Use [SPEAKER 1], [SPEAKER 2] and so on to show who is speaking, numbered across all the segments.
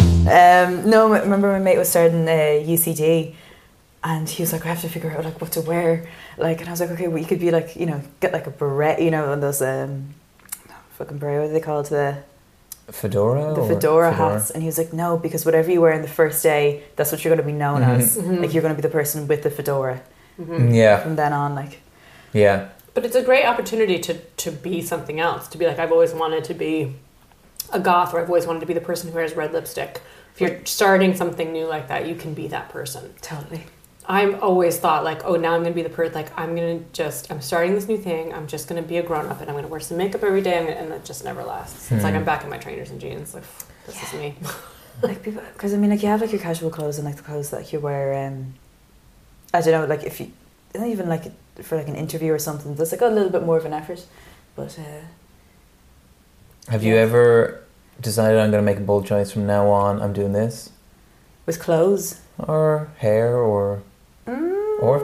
[SPEAKER 1] Um, no, m- remember my mate was starting uh, UCD, and he was like, "I have to figure out like what to wear." Like, and I was like, "Okay, well, you could be like, you know, get like a beret, you know, and those um, fucking beret. What do they call it? The
[SPEAKER 2] Oh, Fedora.
[SPEAKER 1] the
[SPEAKER 2] or-
[SPEAKER 1] fedora, hats." And he was like, "No, because whatever you wear in the first day, that's what you're going to be known
[SPEAKER 2] Mhm.
[SPEAKER 1] as. Like, you're going to be the person with the fedora
[SPEAKER 2] Mm, Yeah,
[SPEAKER 1] from then on." Like,
[SPEAKER 2] yeah,
[SPEAKER 3] But it's a great opportunity to to be something else. To be like, I've always wanted to be a goth, or I've always wanted to be the person who wears red lipstick. If you're starting something new like that, you can be that person.
[SPEAKER 1] totally.
[SPEAKER 3] I've always thought like, oh, now I'm gonna be the person. Like, I'm gonna just, I'm starting this new thing. I'm just gonna be a grown up, and I'm gonna wear some makeup every day, and- and that just never lasts. It's
[SPEAKER 2] Hmm.
[SPEAKER 3] like I'm back in my trainers and jeans. Like, this is me.
[SPEAKER 1] like people because I mean like you have like your casual clothes and like the clothes that like, you wear um I don't know like if you not even like for like an interview or something that's like a little bit more of an effort but uh,
[SPEAKER 2] Have you
[SPEAKER 1] Yeah.
[SPEAKER 2] ever decided I'm going to make a bold choice from now on? I'm doing this,
[SPEAKER 1] with clothes
[SPEAKER 2] or hair, or or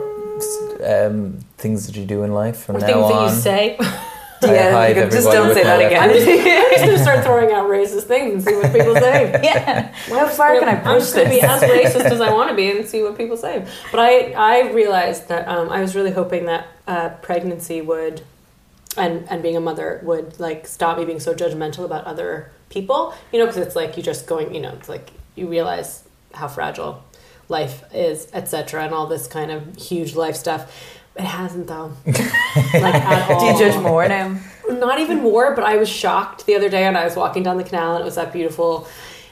[SPEAKER 2] um, things that you do in life from
[SPEAKER 3] Mm. or
[SPEAKER 2] now
[SPEAKER 3] things
[SPEAKER 2] on.
[SPEAKER 3] that you say.
[SPEAKER 2] I hide
[SPEAKER 1] like, just
[SPEAKER 2] everybody
[SPEAKER 1] don't
[SPEAKER 2] with
[SPEAKER 1] say
[SPEAKER 2] my
[SPEAKER 1] that
[SPEAKER 2] left
[SPEAKER 1] again
[SPEAKER 3] I'm just gonna start throwing out racist things and see what people say.
[SPEAKER 1] yeah how far can I
[SPEAKER 3] I'm
[SPEAKER 1] push
[SPEAKER 3] just going to be
[SPEAKER 1] this
[SPEAKER 3] as racist as I want to be and see what people say. But I, I realized that um, I was really hoping that uh, pregnancy would, and and being a mother would like stop me being so judgmental about other people. You know, because it's like you just going. You know, it's like you realize how fragile life is, etc., and all this kind of huge life stuff. It hasn't though. like at all
[SPEAKER 1] do you judge more now
[SPEAKER 3] not even more, but I was shocked the other day and I was walking down the canal and it was that beautiful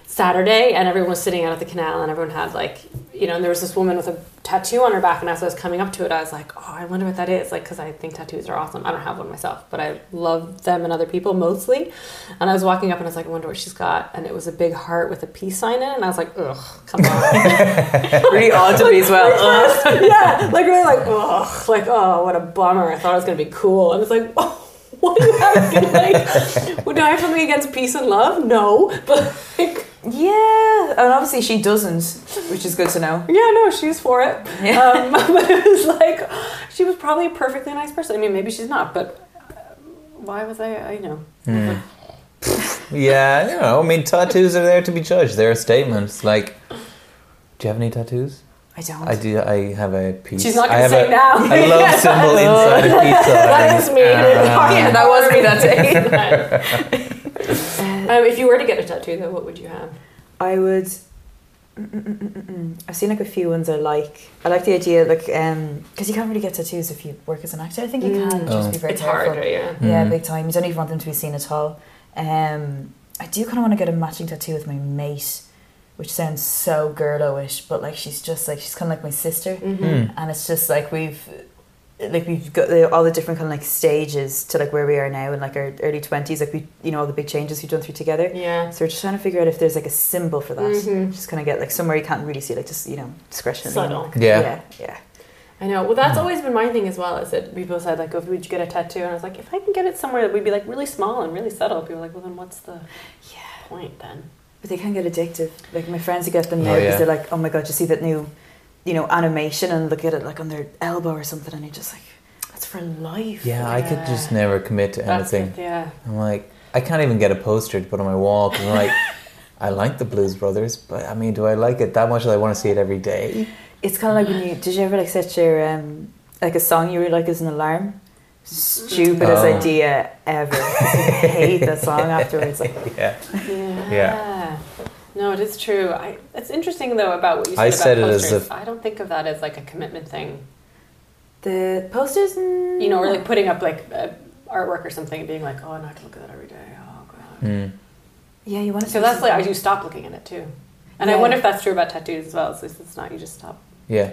[SPEAKER 3] Saturday and everyone was sitting out at the canal and everyone had like, you know, and there was this woman with a tattoo on her back and as I was coming up to it, I was like, oh, I wonder what that is. Like, because I think tattoos are awesome. I don't have one myself, but I love them and other people mostly. And I was walking up and I was like, I wonder what she's got. And it was a big heart with a peace sign in it. And I was like, ugh, come on.
[SPEAKER 1] really odd to me as well Ugh.
[SPEAKER 3] yeah, like really like oh, like oh, what a bummer. I thought it was gonna be cool, and it's like, oh, what do I have to, like? Would I have something against peace and love? No, but like,
[SPEAKER 1] yeah and obviously she doesn't which is good to know
[SPEAKER 3] yeah, no, she's for it.
[SPEAKER 1] Yeah.
[SPEAKER 3] Um, but it was like she was probably a perfectly nice person. I mean, maybe she's not, but uh, why was I? I- You know,
[SPEAKER 2] Hmm. Yeah, you know, I mean, tattoos are there to be judged. They're statements. Like, do you have any tattoos?
[SPEAKER 1] I don't
[SPEAKER 2] I do. I have a piece.
[SPEAKER 3] she's not
[SPEAKER 2] I
[SPEAKER 3] gonna
[SPEAKER 2] have
[SPEAKER 3] say
[SPEAKER 2] a,
[SPEAKER 3] now.
[SPEAKER 2] a love symbol inside a piece.
[SPEAKER 3] That is me.
[SPEAKER 1] yeah that was me that day Uh,
[SPEAKER 3] um, if you were to get a tattoo, though, what would you have?
[SPEAKER 1] I would. mm, mm, mm, mm, mm. I've seen like a few ones I like. I like the idea, like, because you can't really get tattoos if you work as an actor. I think you
[SPEAKER 3] Mm.
[SPEAKER 1] can just
[SPEAKER 2] Oh.
[SPEAKER 1] be very
[SPEAKER 3] It's
[SPEAKER 1] careful.
[SPEAKER 3] hard, right? Yeah.
[SPEAKER 1] Yeah,
[SPEAKER 2] Mm.
[SPEAKER 1] big time. You don't even want them to be seen at all. Um, I do kind of want to get a matching tattoo with my mate, which sounds so girlo-ish, but like she's just like she's kind of like my sister,
[SPEAKER 3] Mm-hmm.
[SPEAKER 2] Mm.
[SPEAKER 1] and it's just like we've. Like we've got the, all the different kind of like stages to like where we are now in like our early twenties, like we you know all the big changes we've done through together.
[SPEAKER 3] Yeah.
[SPEAKER 1] So we're just trying to figure out if there's like a symbol for that.
[SPEAKER 3] Mhm.
[SPEAKER 1] Just kind of get like somewhere you can't really see, like just you know, discretion.
[SPEAKER 3] Subtle.
[SPEAKER 2] Yeah.
[SPEAKER 1] yeah, yeah.
[SPEAKER 3] I know. Well, that's always been my thing as well. Is that people said like, "Oh, would you get a tattoo?" And I was like, "If I can get it somewhere that would be like really small and really subtle," people were like, "Well, then what's the point then?"
[SPEAKER 1] But they can get addictive. Like my friends who get them now
[SPEAKER 2] Oh,
[SPEAKER 1] because
[SPEAKER 2] yeah.
[SPEAKER 1] they're like, oh my god, you see that new, you know, animation and look at it like on their elbow or something, and you're just like, that's for life.
[SPEAKER 2] Yeah, I could just
[SPEAKER 3] Yeah.
[SPEAKER 2] never commit to
[SPEAKER 3] That's
[SPEAKER 2] anything.
[SPEAKER 3] the- yeah.
[SPEAKER 2] I'm like, I can't even get a poster to put on my wall 'cause I'm like, I like the Blues Brothers, but I mean, do I like it that much that I want to see it every day?
[SPEAKER 1] It's kind of like when you did you ever like set your um like a song you really like as an alarm. Stupidest
[SPEAKER 2] Oh.
[SPEAKER 1] idea ever. I hate that song afterwards. Like,
[SPEAKER 2] Yeah.
[SPEAKER 3] yeah.
[SPEAKER 2] Yeah.
[SPEAKER 3] No, it is true. I, it's interesting though about what you said
[SPEAKER 2] I
[SPEAKER 3] about
[SPEAKER 2] said it as
[SPEAKER 3] posters.
[SPEAKER 2] if-
[SPEAKER 3] I don't think of that as like a commitment thing.
[SPEAKER 1] the posters, mm,
[SPEAKER 3] You know, or like putting up like uh, artwork or something and being like, "Oh, I have to look at that every day." Oh god.
[SPEAKER 2] Mm.
[SPEAKER 1] yeah, you want to.
[SPEAKER 3] So that's like I do stop looking at it too. And I
[SPEAKER 1] Yeah.
[SPEAKER 3] wonder if that's true about tattoos as well. So it's not you just stop.
[SPEAKER 2] Yeah.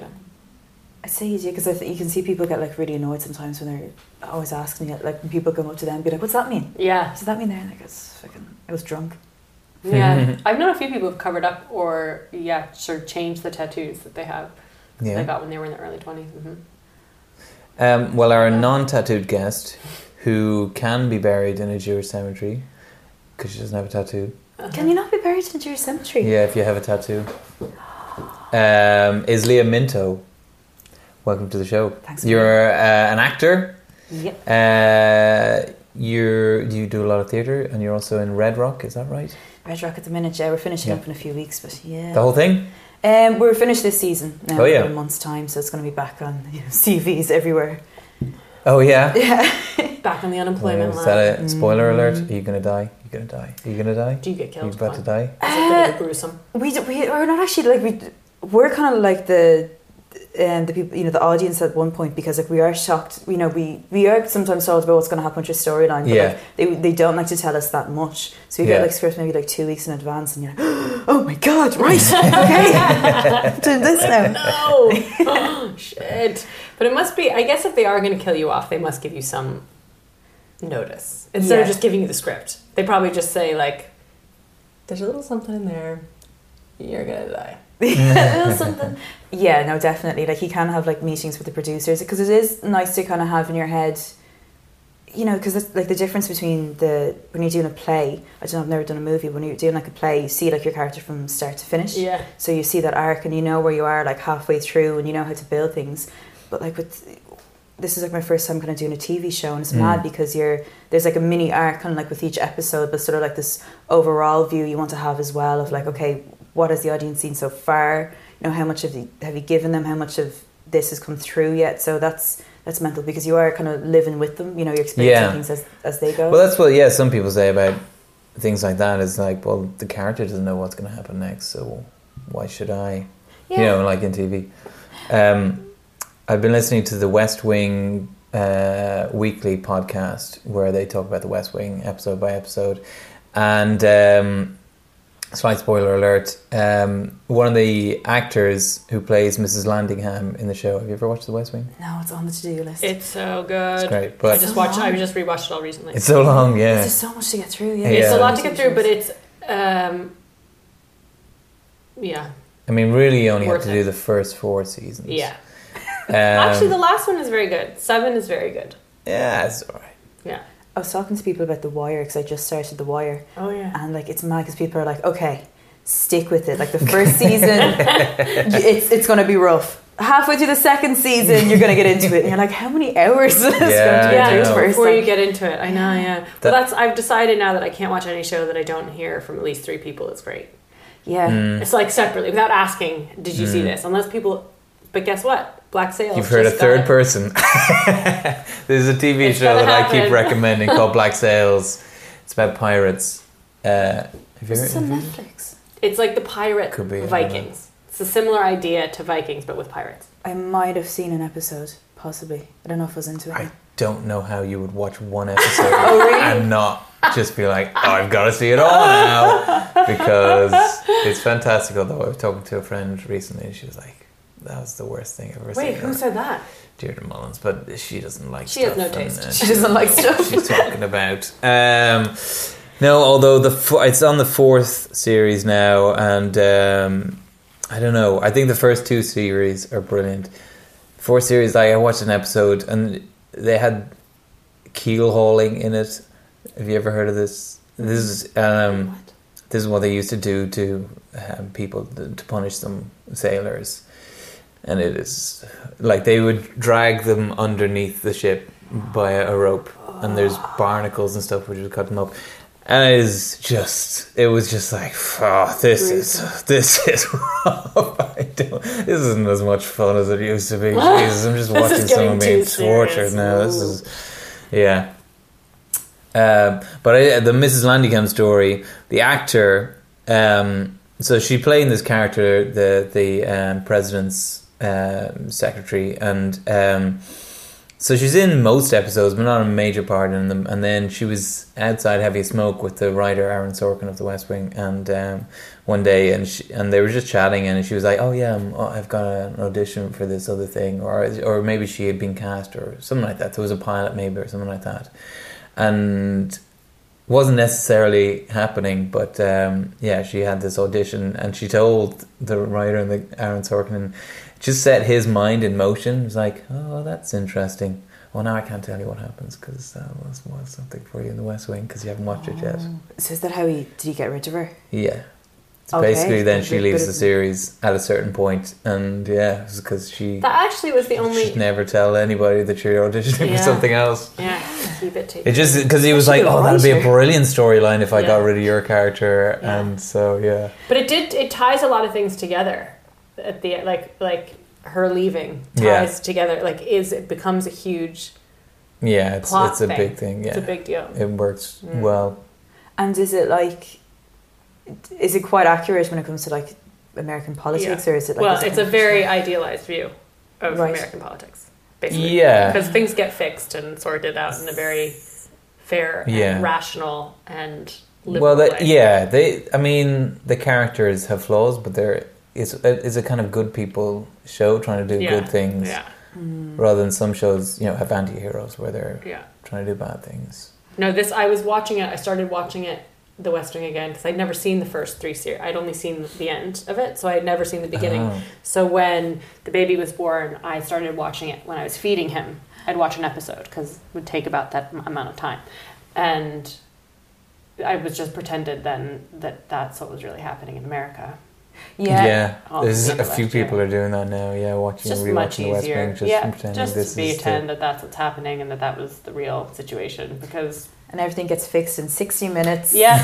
[SPEAKER 1] I say you do because I think you can see people get like really annoyed sometimes when they're I always asking it. Like when people come up to them and be like, "What's that mean?"
[SPEAKER 3] Yeah.
[SPEAKER 1] Does that mean there? Like it's fucking. I was drunk.
[SPEAKER 2] Uh-huh.
[SPEAKER 3] Yeah, I've known a few people who've covered up or yeah, sort of changed the tattoos that they have
[SPEAKER 2] Yeah.
[SPEAKER 3] they got when they were in their early 20s Mm-hmm.
[SPEAKER 2] Um, well, our non-tattooed guest, who can be buried in a Jewish cemetery, because she doesn't have a tattoo.
[SPEAKER 1] Can you not be buried in Jewish cemetery?
[SPEAKER 2] Yeah, if you have a tattoo, um, is Leah Minto. Welcome to the show.
[SPEAKER 1] Thanks.
[SPEAKER 2] You're uh, an actor.
[SPEAKER 1] Yep.
[SPEAKER 2] Uh, you're you do a lot of theatre, and you're also in Red Rock. Is that right?
[SPEAKER 1] Red Rock at the minute. Yeah, we're finishing
[SPEAKER 2] Yeah.
[SPEAKER 1] up in a few weeks, but yeah.
[SPEAKER 2] The whole thing?
[SPEAKER 1] Um, we're finished this season now
[SPEAKER 2] Oh, yeah.
[SPEAKER 1] in a month's time, so it's going to be back on you know, CVs everywhere.
[SPEAKER 2] Oh, yeah.
[SPEAKER 1] Yeah.
[SPEAKER 3] Back on the
[SPEAKER 2] Well,
[SPEAKER 3] unemployment
[SPEAKER 2] is
[SPEAKER 3] line.
[SPEAKER 2] that it? Spoiler alert.
[SPEAKER 1] Mm.
[SPEAKER 2] Are you going to die? You're going to die. Are you going to die?
[SPEAKER 3] Do you get
[SPEAKER 2] You're
[SPEAKER 3] killed?
[SPEAKER 2] about to die?
[SPEAKER 3] Fine. Is it going to be gruesome?
[SPEAKER 1] We, d- we we're not actually like we d- we're kind of like the um, the people you know the audience at one point because like we are shocked you know we we are sometimes told about what's going to happen to your storyline but
[SPEAKER 2] Yeah.
[SPEAKER 1] like, they they don't like to tell us that much so we get
[SPEAKER 2] Yeah.
[SPEAKER 1] like scripts maybe like two weeks in advance and you're like oh my god right okay do this now
[SPEAKER 3] No. Oh, Shit. But it must be. I guess if they are going to kill you off, they must give you some notice instead of
[SPEAKER 1] Yeah.
[SPEAKER 3] just giving you the script. They probably just say like, "There's a little something in there. You're gonna die." a little something.
[SPEAKER 1] yeah no definitely like you can have like meetings with the producers because it is nice to kind of have in your head you know because like the difference between the when you're doing a play I don't know I've never done a movie when you're doing like a play you see like your character from start to finish
[SPEAKER 3] Yeah.
[SPEAKER 1] so you see that arc and you know where you are like halfway through and you know how to build things but like with this is like my first time kind of doing a tv show and it's
[SPEAKER 2] Mm.
[SPEAKER 1] mad because you're there's like a mini arc kind of like with each episode but sort of like this overall view you want to have as well of like okay what has the audience seen so far you know how much have you have you given them how much of this has come through yet so that's that's mental because you are kind of living with them you know you're experiencing
[SPEAKER 2] Yeah.
[SPEAKER 1] things as, as they go
[SPEAKER 2] Well, that's what, yeah, some people say about things like that is like, well, the character doesn't know what's going to happen next, so why should I?
[SPEAKER 3] Yeah.
[SPEAKER 2] You know, like in TV. Um, I've been listening to the West Wing uh, weekly podcast where they talk about the West Wing episode by episode. And um, slight spoiler alert um, one of the actors who plays Mrs. Landingham in the show, have you ever watched The West Wing?
[SPEAKER 1] no it's on the to-do list
[SPEAKER 3] It's so good.
[SPEAKER 2] It's great,
[SPEAKER 3] I
[SPEAKER 2] but
[SPEAKER 3] just
[SPEAKER 1] So
[SPEAKER 3] watched. I
[SPEAKER 1] long.
[SPEAKER 3] just rewatched it all recently.
[SPEAKER 2] it's so long, yeah.
[SPEAKER 1] there's so much to get through yeah,
[SPEAKER 2] Yeah.
[SPEAKER 3] It's a lot to get through, but it's um, yeah,
[SPEAKER 2] I mean, really, you only have
[SPEAKER 3] Worth
[SPEAKER 2] to
[SPEAKER 3] it.
[SPEAKER 2] do the first four seasons.
[SPEAKER 3] yeah.
[SPEAKER 2] Um,
[SPEAKER 3] Actually, the last one is very good. Seven is very good.
[SPEAKER 2] yeah, it's all right.
[SPEAKER 1] I was talking to people about The Wire because I just started The Wire,
[SPEAKER 3] Oh yeah.
[SPEAKER 1] and like it's mad because people are like, okay, stick with it. Like the first season, it's it's gonna be rough. Halfway through the second season, you're gonna get into it, and you're like, how many hours? is
[SPEAKER 2] Yeah,
[SPEAKER 1] going
[SPEAKER 2] I
[SPEAKER 1] to
[SPEAKER 3] yeah,
[SPEAKER 1] be
[SPEAKER 2] know.
[SPEAKER 1] first?
[SPEAKER 3] before you
[SPEAKER 1] Like,
[SPEAKER 3] get into it. I know, yeah.
[SPEAKER 2] That-
[SPEAKER 3] well, that's I've decided now that I can't watch any show that I don't hear from at least three people. It's great.
[SPEAKER 1] yeah,
[SPEAKER 2] Mm.
[SPEAKER 3] It's like separately, without asking, did you see
[SPEAKER 2] Mm.
[SPEAKER 3] this? Unless people, but guess what? Black Sails.
[SPEAKER 2] You've heard a
[SPEAKER 3] just
[SPEAKER 2] third
[SPEAKER 3] got-
[SPEAKER 2] person. There's a TV
[SPEAKER 3] It's
[SPEAKER 2] show
[SPEAKER 3] gonna
[SPEAKER 2] that I keep
[SPEAKER 3] happen.
[SPEAKER 2] recommending called Black Sails. It's about pirates. Uh, have you
[SPEAKER 1] Is
[SPEAKER 2] heard?
[SPEAKER 1] this
[SPEAKER 2] have
[SPEAKER 1] on
[SPEAKER 3] Mm-hmm.
[SPEAKER 2] you-
[SPEAKER 1] Netflix?
[SPEAKER 3] It's like the pirate
[SPEAKER 2] Could be, I don't
[SPEAKER 3] Vikings. It's a similar idea to Vikings, but with pirates.
[SPEAKER 1] I might have seen an episode, possibly. I don't know if I was into it.
[SPEAKER 2] I don't know how you would watch one episode
[SPEAKER 3] Oh,
[SPEAKER 2] and not just be like, oh, I've got to see it all now because it's fantastic. Although I was talking to a friend recently, and she was like, "That was the worst thing I've ever
[SPEAKER 3] Wait,
[SPEAKER 2] seen."
[SPEAKER 3] who said that?
[SPEAKER 2] Deirdre Mullins, but she doesn't like
[SPEAKER 3] She has
[SPEAKER 2] stuff.
[SPEAKER 3] no
[SPEAKER 2] and,
[SPEAKER 3] taste.
[SPEAKER 2] uh,
[SPEAKER 1] She doesn't
[SPEAKER 2] know
[SPEAKER 1] like stuff.
[SPEAKER 2] What she's talking about. Um, no, although the fo- it's on the fourth series now, and um, I don't know. I think the first two series are brilliant. Fourth series, I watched an episode, and they had keel hauling in it. Have you ever heard of this? This is um,
[SPEAKER 3] what?
[SPEAKER 2] this is what they used to do to um, people to punish them sailors and it is like they would drag them underneath the ship by a rope and there's barnacles and stuff which would cut them up and it is just it was just like oh, this is this is rough I don't, this isn't as much fun as it used to be Jesus I'm just
[SPEAKER 3] This is
[SPEAKER 2] watching someone
[SPEAKER 3] getting
[SPEAKER 2] being
[SPEAKER 3] too serious.
[SPEAKER 2] tortured now this
[SPEAKER 3] Ooh.
[SPEAKER 2] is yeah um, but I, the Mrs. Landycam story, the actor, um, so she playing this character, the the um, president's um, secretary, and um, so she's in most episodes, but not a major part in them. And then she was outside having a smoke with the writer Aaron Sorkin of The West Wing, and um, one day, and she, and they were just chatting, and she was like, "Oh yeah, I'm, oh, I've got an audition for this other thing," or or maybe she had been cast or something like that. There was a pilot, maybe, or something like that and wasn't necessarily happening but um, yeah she had this audition and she told the writer and the aaron sorkin just set his mind in motion it was like oh that's interesting well now i can't tell you what happens because that was, was
[SPEAKER 3] Oh.
[SPEAKER 1] Oh.
[SPEAKER 2] something for you in the west wing because you haven't watched it yet
[SPEAKER 1] So is that how he did he get rid of her?
[SPEAKER 2] yeah So
[SPEAKER 1] Okay.
[SPEAKER 2] Basically, then she
[SPEAKER 1] Good-
[SPEAKER 2] leaves
[SPEAKER 1] good-
[SPEAKER 2] the series at a certain point, and yeah, because she
[SPEAKER 3] That actually was the
[SPEAKER 2] should
[SPEAKER 3] only.
[SPEAKER 2] never tell anybody that you're auditioning
[SPEAKER 3] Yeah.
[SPEAKER 2] for something else.
[SPEAKER 3] Yeah, keep it to.
[SPEAKER 2] It just because he was
[SPEAKER 1] She's
[SPEAKER 2] like,
[SPEAKER 1] a
[SPEAKER 2] "Oh, that'd be a
[SPEAKER 1] writer.
[SPEAKER 2] brilliant storyline if I got
[SPEAKER 3] Yeah.
[SPEAKER 2] rid of your character,"
[SPEAKER 3] Yeah.
[SPEAKER 2] and so yeah,
[SPEAKER 3] But it did. It ties a lot of things together. At the like, like her leaving
[SPEAKER 2] Yeah.
[SPEAKER 3] ties together. Like, is it becomes a huge.
[SPEAKER 2] yeah, it's
[SPEAKER 3] Plot
[SPEAKER 2] it's a
[SPEAKER 3] thing.
[SPEAKER 2] big thing.
[SPEAKER 3] It's a
[SPEAKER 2] Yeah,
[SPEAKER 3] big deal.
[SPEAKER 2] it works
[SPEAKER 3] Mm.
[SPEAKER 2] well.
[SPEAKER 1] And is it like, is it quite accurate when it comes to like American politics, or is it like?
[SPEAKER 3] well,
[SPEAKER 1] is it
[SPEAKER 3] it's a
[SPEAKER 1] kind of-
[SPEAKER 3] very idealized view of
[SPEAKER 1] Right.
[SPEAKER 3] American politics, basically.
[SPEAKER 2] Yeah.
[SPEAKER 3] Because things get fixed and sorted out in a very fair,
[SPEAKER 2] Yeah.
[SPEAKER 3] and rational, and liberal
[SPEAKER 2] Well, that,
[SPEAKER 3] way.
[SPEAKER 2] yeah, they. I mean, the characters have flaws, but they're it's it's a kind of good people show trying to do
[SPEAKER 3] Yeah.
[SPEAKER 2] good things
[SPEAKER 3] Yeah,
[SPEAKER 1] Mm.
[SPEAKER 2] rather than some shows you know have anti-heroes where they're
[SPEAKER 3] yeah.
[SPEAKER 2] trying to do bad things.
[SPEAKER 3] No, this, I was watching it, I started watching it, The West Wing again, because I'd never seen the first three series. I'd only seen the end of it, so I had never seen the beginning.
[SPEAKER 2] Oh.
[SPEAKER 3] So when the baby was born, I started watching it when I was feeding him. I'd watch an episode because it would take about that m- amount of time, and I was just pretended then that that's what was really happening in America.
[SPEAKER 1] Yeah.
[SPEAKER 3] Oh,
[SPEAKER 2] there's
[SPEAKER 3] yeah,
[SPEAKER 2] a few
[SPEAKER 3] last
[SPEAKER 2] people
[SPEAKER 3] year.
[SPEAKER 2] are doing that now. Yeah,
[SPEAKER 3] It's
[SPEAKER 2] watching
[SPEAKER 3] just
[SPEAKER 2] and
[SPEAKER 3] much
[SPEAKER 2] rewatching The West
[SPEAKER 3] easier,
[SPEAKER 2] Bank, just
[SPEAKER 3] yeah,
[SPEAKER 2] pretending
[SPEAKER 3] just
[SPEAKER 2] this
[SPEAKER 3] to be
[SPEAKER 2] is
[SPEAKER 3] pretend that that's what's happening and that that was the real situation because
[SPEAKER 1] And everything gets fixed in sixty minutes.
[SPEAKER 3] yeah.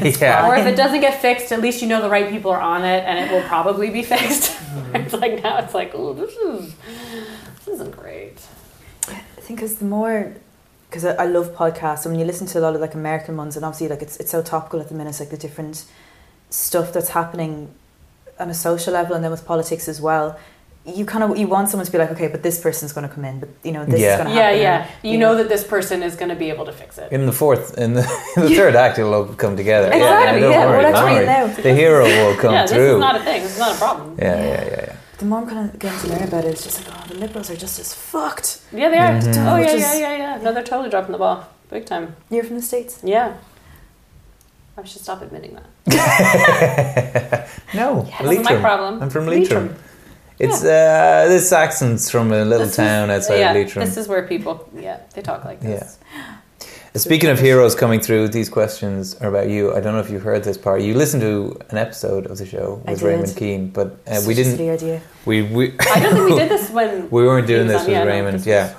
[SPEAKER 2] the... yeah.
[SPEAKER 3] Or if it doesn't get fixed, at least you know the right people are on it, and it will probably be fixed. it's like now it's like, oh, this is this isn't great.
[SPEAKER 1] I think because the more, because I, I love podcasts, and when you listen to a lot of like American ones, and obviously like it's it's so topical at the minute, it's like the different stuff that's happening on a social level, and then with politics as well. You kind of you want someone to be like, okay, but this person's going to come in, but you know this
[SPEAKER 2] Yeah.
[SPEAKER 1] is going to
[SPEAKER 3] yeah
[SPEAKER 1] happen.
[SPEAKER 3] yeah you
[SPEAKER 1] you
[SPEAKER 3] know
[SPEAKER 1] know.
[SPEAKER 3] that this person is going to be able to fix it
[SPEAKER 2] In the fourth, in the, in the third act, it'll all come together.
[SPEAKER 1] Exactly. Yeah.
[SPEAKER 2] Yeah, don't worry,
[SPEAKER 1] well, that's
[SPEAKER 2] don't
[SPEAKER 1] right
[SPEAKER 2] worry.
[SPEAKER 1] now.
[SPEAKER 2] The hero will come
[SPEAKER 3] yeah this
[SPEAKER 2] through.
[SPEAKER 3] is not a thing this is not a problem
[SPEAKER 2] yeah, yeah, yeah, yeah.
[SPEAKER 1] The more I'm kind of getting to learn about it, it's just like, oh, the liberals are just as fucked.
[SPEAKER 3] yeah they are
[SPEAKER 2] Mhm.
[SPEAKER 3] oh
[SPEAKER 1] Which
[SPEAKER 3] yeah
[SPEAKER 1] is-
[SPEAKER 3] yeah yeah yeah no they're totally dropping the ball big time
[SPEAKER 1] You're from the states.
[SPEAKER 3] yeah I should stop admitting that.
[SPEAKER 2] No,
[SPEAKER 3] This is my
[SPEAKER 2] Leitrim.
[SPEAKER 3] problem.
[SPEAKER 2] I'm from
[SPEAKER 3] Leitrim.
[SPEAKER 2] Leitrim. It's uh, this accent's from a little town outside
[SPEAKER 3] yeah,
[SPEAKER 2] of Leitrim.
[SPEAKER 3] This is where people, yeah, they talk like this.
[SPEAKER 2] Speaking of heroes coming through, these questions are about you. I don't know if you heard this part. You listened to an episode of the show
[SPEAKER 1] I
[SPEAKER 2] with
[SPEAKER 1] did.
[SPEAKER 2] Raymond Keane, but uh,
[SPEAKER 1] Such
[SPEAKER 2] we
[SPEAKER 1] a
[SPEAKER 2] didn't.
[SPEAKER 1] silly idea.
[SPEAKER 2] We we
[SPEAKER 3] I don't think we did this when.
[SPEAKER 2] we weren't
[SPEAKER 3] He
[SPEAKER 2] doing
[SPEAKER 3] was
[SPEAKER 2] this with
[SPEAKER 3] on- yeah, no,
[SPEAKER 2] Raymond.
[SPEAKER 3] this
[SPEAKER 2] yeah,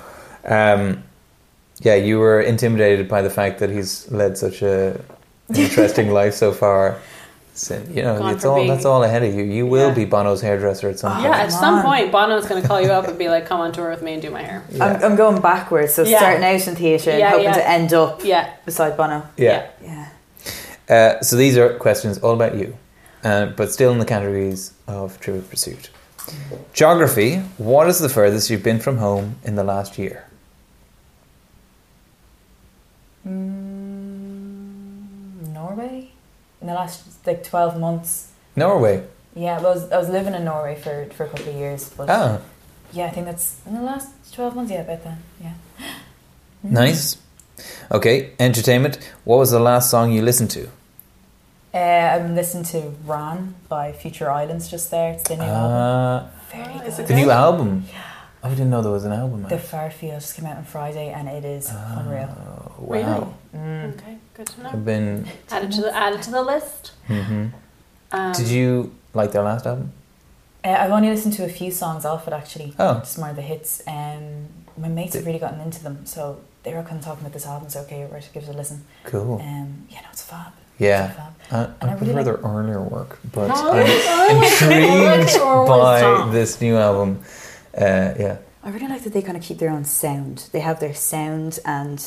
[SPEAKER 2] um, yeah. You were intimidated by the fact that he's led such a an interesting life so far. So, you know,
[SPEAKER 3] Gone
[SPEAKER 2] it's
[SPEAKER 3] from
[SPEAKER 2] all
[SPEAKER 3] being-
[SPEAKER 2] that's all ahead of you. You will
[SPEAKER 3] Yeah.
[SPEAKER 2] be Bono's hairdresser at some
[SPEAKER 1] Oh,
[SPEAKER 2] point.
[SPEAKER 3] yeah, at
[SPEAKER 1] come
[SPEAKER 3] some
[SPEAKER 1] on.
[SPEAKER 3] point, Bono's going to call you up and be like, come on tour with me and do my hair.
[SPEAKER 2] Yeah.
[SPEAKER 1] I'm, I'm going backwards, so
[SPEAKER 3] Yeah.
[SPEAKER 1] starting out in theatre and
[SPEAKER 3] Yeah,
[SPEAKER 1] hoping
[SPEAKER 3] yeah.
[SPEAKER 1] to end up
[SPEAKER 3] Yeah.
[SPEAKER 1] beside Bono.
[SPEAKER 2] yeah.
[SPEAKER 1] Yeah.
[SPEAKER 2] Uh, so these are questions all about you, uh, but still in the categories of Trivial Pursuit. Geography. What is the furthest you've been from home in the last year?
[SPEAKER 1] Mm, Norway? In the last like 12 months.
[SPEAKER 2] Norway.
[SPEAKER 1] Yeah, well, I was, I was living in Norway for, for a couple of years. But
[SPEAKER 2] Ah,
[SPEAKER 1] Yeah, I think that's in the last 12 months, yeah, about then. Yeah.
[SPEAKER 3] Mm.
[SPEAKER 2] nice. Okay, entertainment. What was the last song you listened to?
[SPEAKER 1] Uh, I'm listening to Ran by Future Islands just there. It's the new album.
[SPEAKER 2] Uh,
[SPEAKER 1] Very
[SPEAKER 3] Oh, Is
[SPEAKER 1] good.
[SPEAKER 3] it
[SPEAKER 2] the new album. Oh, I didn't know there was an album.
[SPEAKER 1] The
[SPEAKER 2] out.
[SPEAKER 1] Farfield just came out on Friday and it is
[SPEAKER 2] Oh,
[SPEAKER 1] unreal.
[SPEAKER 2] Wow.
[SPEAKER 1] Mm.
[SPEAKER 3] Okay, good to know.
[SPEAKER 2] I've been.
[SPEAKER 3] Add it to the, add it to the list.
[SPEAKER 2] mhm.
[SPEAKER 3] Um,
[SPEAKER 2] Did you like their last album?
[SPEAKER 1] Uh, I've only listened to a few songs off it actually.
[SPEAKER 2] Oh.
[SPEAKER 1] Just more of the hits. Um, my mates have really gotten into them, so they were kind of talking about this album. So okay, we're to give it a listen.
[SPEAKER 2] Cool.
[SPEAKER 1] Um, yeah, no, it's fab.
[SPEAKER 2] Yeah.
[SPEAKER 1] It's fab.
[SPEAKER 2] I,
[SPEAKER 1] And I
[SPEAKER 2] I
[SPEAKER 1] really
[SPEAKER 2] prefer
[SPEAKER 1] like-
[SPEAKER 2] their earlier work, but
[SPEAKER 3] Oh,
[SPEAKER 2] I'm
[SPEAKER 3] oh,
[SPEAKER 2] intrigued
[SPEAKER 3] oh,
[SPEAKER 2] by
[SPEAKER 3] oh,
[SPEAKER 2] this new album. Uh, yeah,
[SPEAKER 1] I really like that they kind of keep their own sound. They have their sound, and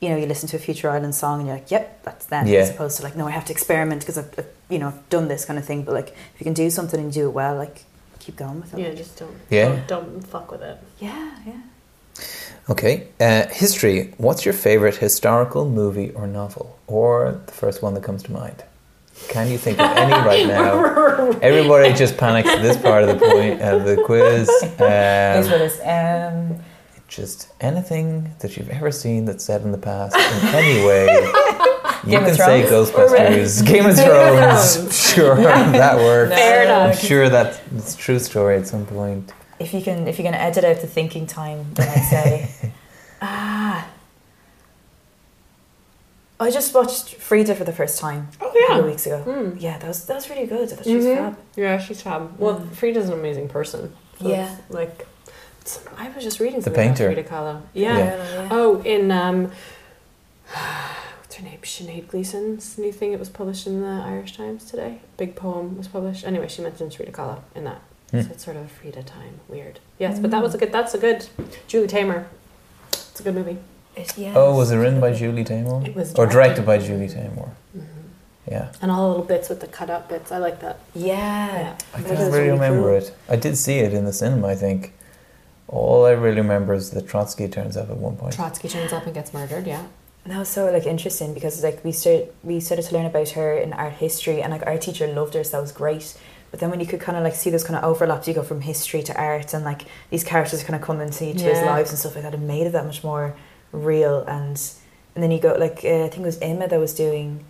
[SPEAKER 1] you know, you listen to a Future Island song, and you're like, "Yep, that's them."
[SPEAKER 2] Yeah.
[SPEAKER 1] As opposed to like, "No, I have to experiment because I've, I've you know I've done this kind of thing." But like, if you can do something and do it well, like keep going with it.
[SPEAKER 3] Yeah, just don't,
[SPEAKER 2] Yeah.
[SPEAKER 3] don't, don't fuck with it.
[SPEAKER 1] yeah, yeah.
[SPEAKER 2] Um, okay. Uh, history. What's your favorite historical movie or novel, or the first one that comes to mind? Can you think of any right now? Everybody just panics at this part of the point of the quiz. Um,
[SPEAKER 1] Um,
[SPEAKER 2] just anything that you've ever seen that's said in the past in any way. You
[SPEAKER 1] Game of
[SPEAKER 2] can say
[SPEAKER 1] Thrones?
[SPEAKER 2] Ghostbusters, Game of Thrones. Sure, that works.
[SPEAKER 3] Fair
[SPEAKER 2] I'm
[SPEAKER 3] enough.
[SPEAKER 2] sure that's it's a true story at some point.
[SPEAKER 1] If you can, if you're going to edit out the thinking time, then I'd say, ah, I just watched Frida for the first time
[SPEAKER 3] Oh
[SPEAKER 1] a couple
[SPEAKER 3] yeah.
[SPEAKER 1] of weeks ago.
[SPEAKER 3] Mm.
[SPEAKER 1] Yeah, that was that was really good. I thought she was
[SPEAKER 3] Mhm.
[SPEAKER 1] fab.
[SPEAKER 3] Yeah, she's fab. Well,
[SPEAKER 1] Mm.
[SPEAKER 3] Frida's an amazing person. So
[SPEAKER 1] Yeah.
[SPEAKER 3] it's Like, it's- I was just reading
[SPEAKER 2] The
[SPEAKER 3] something about
[SPEAKER 2] painter.
[SPEAKER 3] Frida Kahlo. Yeah.
[SPEAKER 2] Yeah.
[SPEAKER 3] Oh, in um, what's her name? Sinead Gleason's new thing. It was published in the Irish Times today. Big poem was published. Anyway, she mentions Frida Kahlo in that.
[SPEAKER 2] Hmm.
[SPEAKER 3] So it's sort of a Frida time. Weird. Yes, but that was a good. That's a good. Julie Tamer. It's a good movie.
[SPEAKER 2] Oh, was it written by Julie Taymor?
[SPEAKER 3] It was Mm-hmm.
[SPEAKER 2] Or directed by Julie Taymor? Yeah.
[SPEAKER 3] And all the little bits with the cut up bits. I like that.
[SPEAKER 1] Yeah.
[SPEAKER 3] Yeah.
[SPEAKER 2] I
[SPEAKER 1] That
[SPEAKER 2] can't
[SPEAKER 1] is
[SPEAKER 2] really,
[SPEAKER 1] really
[SPEAKER 2] remember
[SPEAKER 1] cool.
[SPEAKER 2] it. I did see it in the cinema, I think. All I really remember is that Trotsky turns up at one point.
[SPEAKER 3] Trotsky turns up and gets murdered. Yeah.
[SPEAKER 1] And that was so like interesting because like we started we started to learn about her in art history and like our teacher loved her so that was great. But then when you could kind of like see those kind of overlaps, you go from history to art and like these characters kind of come into each other's
[SPEAKER 3] Yeah.
[SPEAKER 1] lives and stuff like that. It made it that much more real and and then you go like uh, I think it was Emma that was doing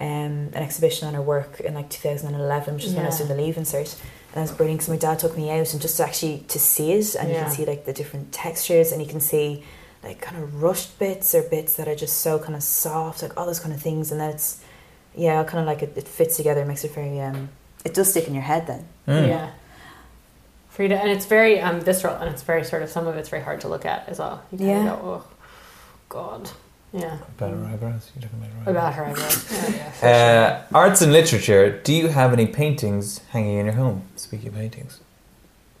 [SPEAKER 1] um, an exhibition on her work in like 2011, which is when I was
[SPEAKER 3] Yeah.
[SPEAKER 1] doing the leave insert. And that was brilliant because my dad took me out and just to actually to see it and you
[SPEAKER 3] Yeah.
[SPEAKER 1] can see like the different textures and you can see like kind of rushed bits or bits that are just so kind of soft, like all those kind of things. And that's, yeah, kind of like it, it fits together, makes it very, um, it does stick in your head then.
[SPEAKER 2] Mm.
[SPEAKER 3] Yeah. Frida, and it's very um, visceral, and it's very sort of some of it's very hard to look at as well. You kinda
[SPEAKER 1] Yeah.
[SPEAKER 3] Go, oh, God. Yeah.
[SPEAKER 2] About her eyebrows? You're talking about her
[SPEAKER 3] About
[SPEAKER 2] eyebrows.
[SPEAKER 3] her eyebrows. Yeah, yeah, for sure.
[SPEAKER 2] Mm. Uh, arts and literature. Do you have any paintings hanging in your home? Speaking of paintings.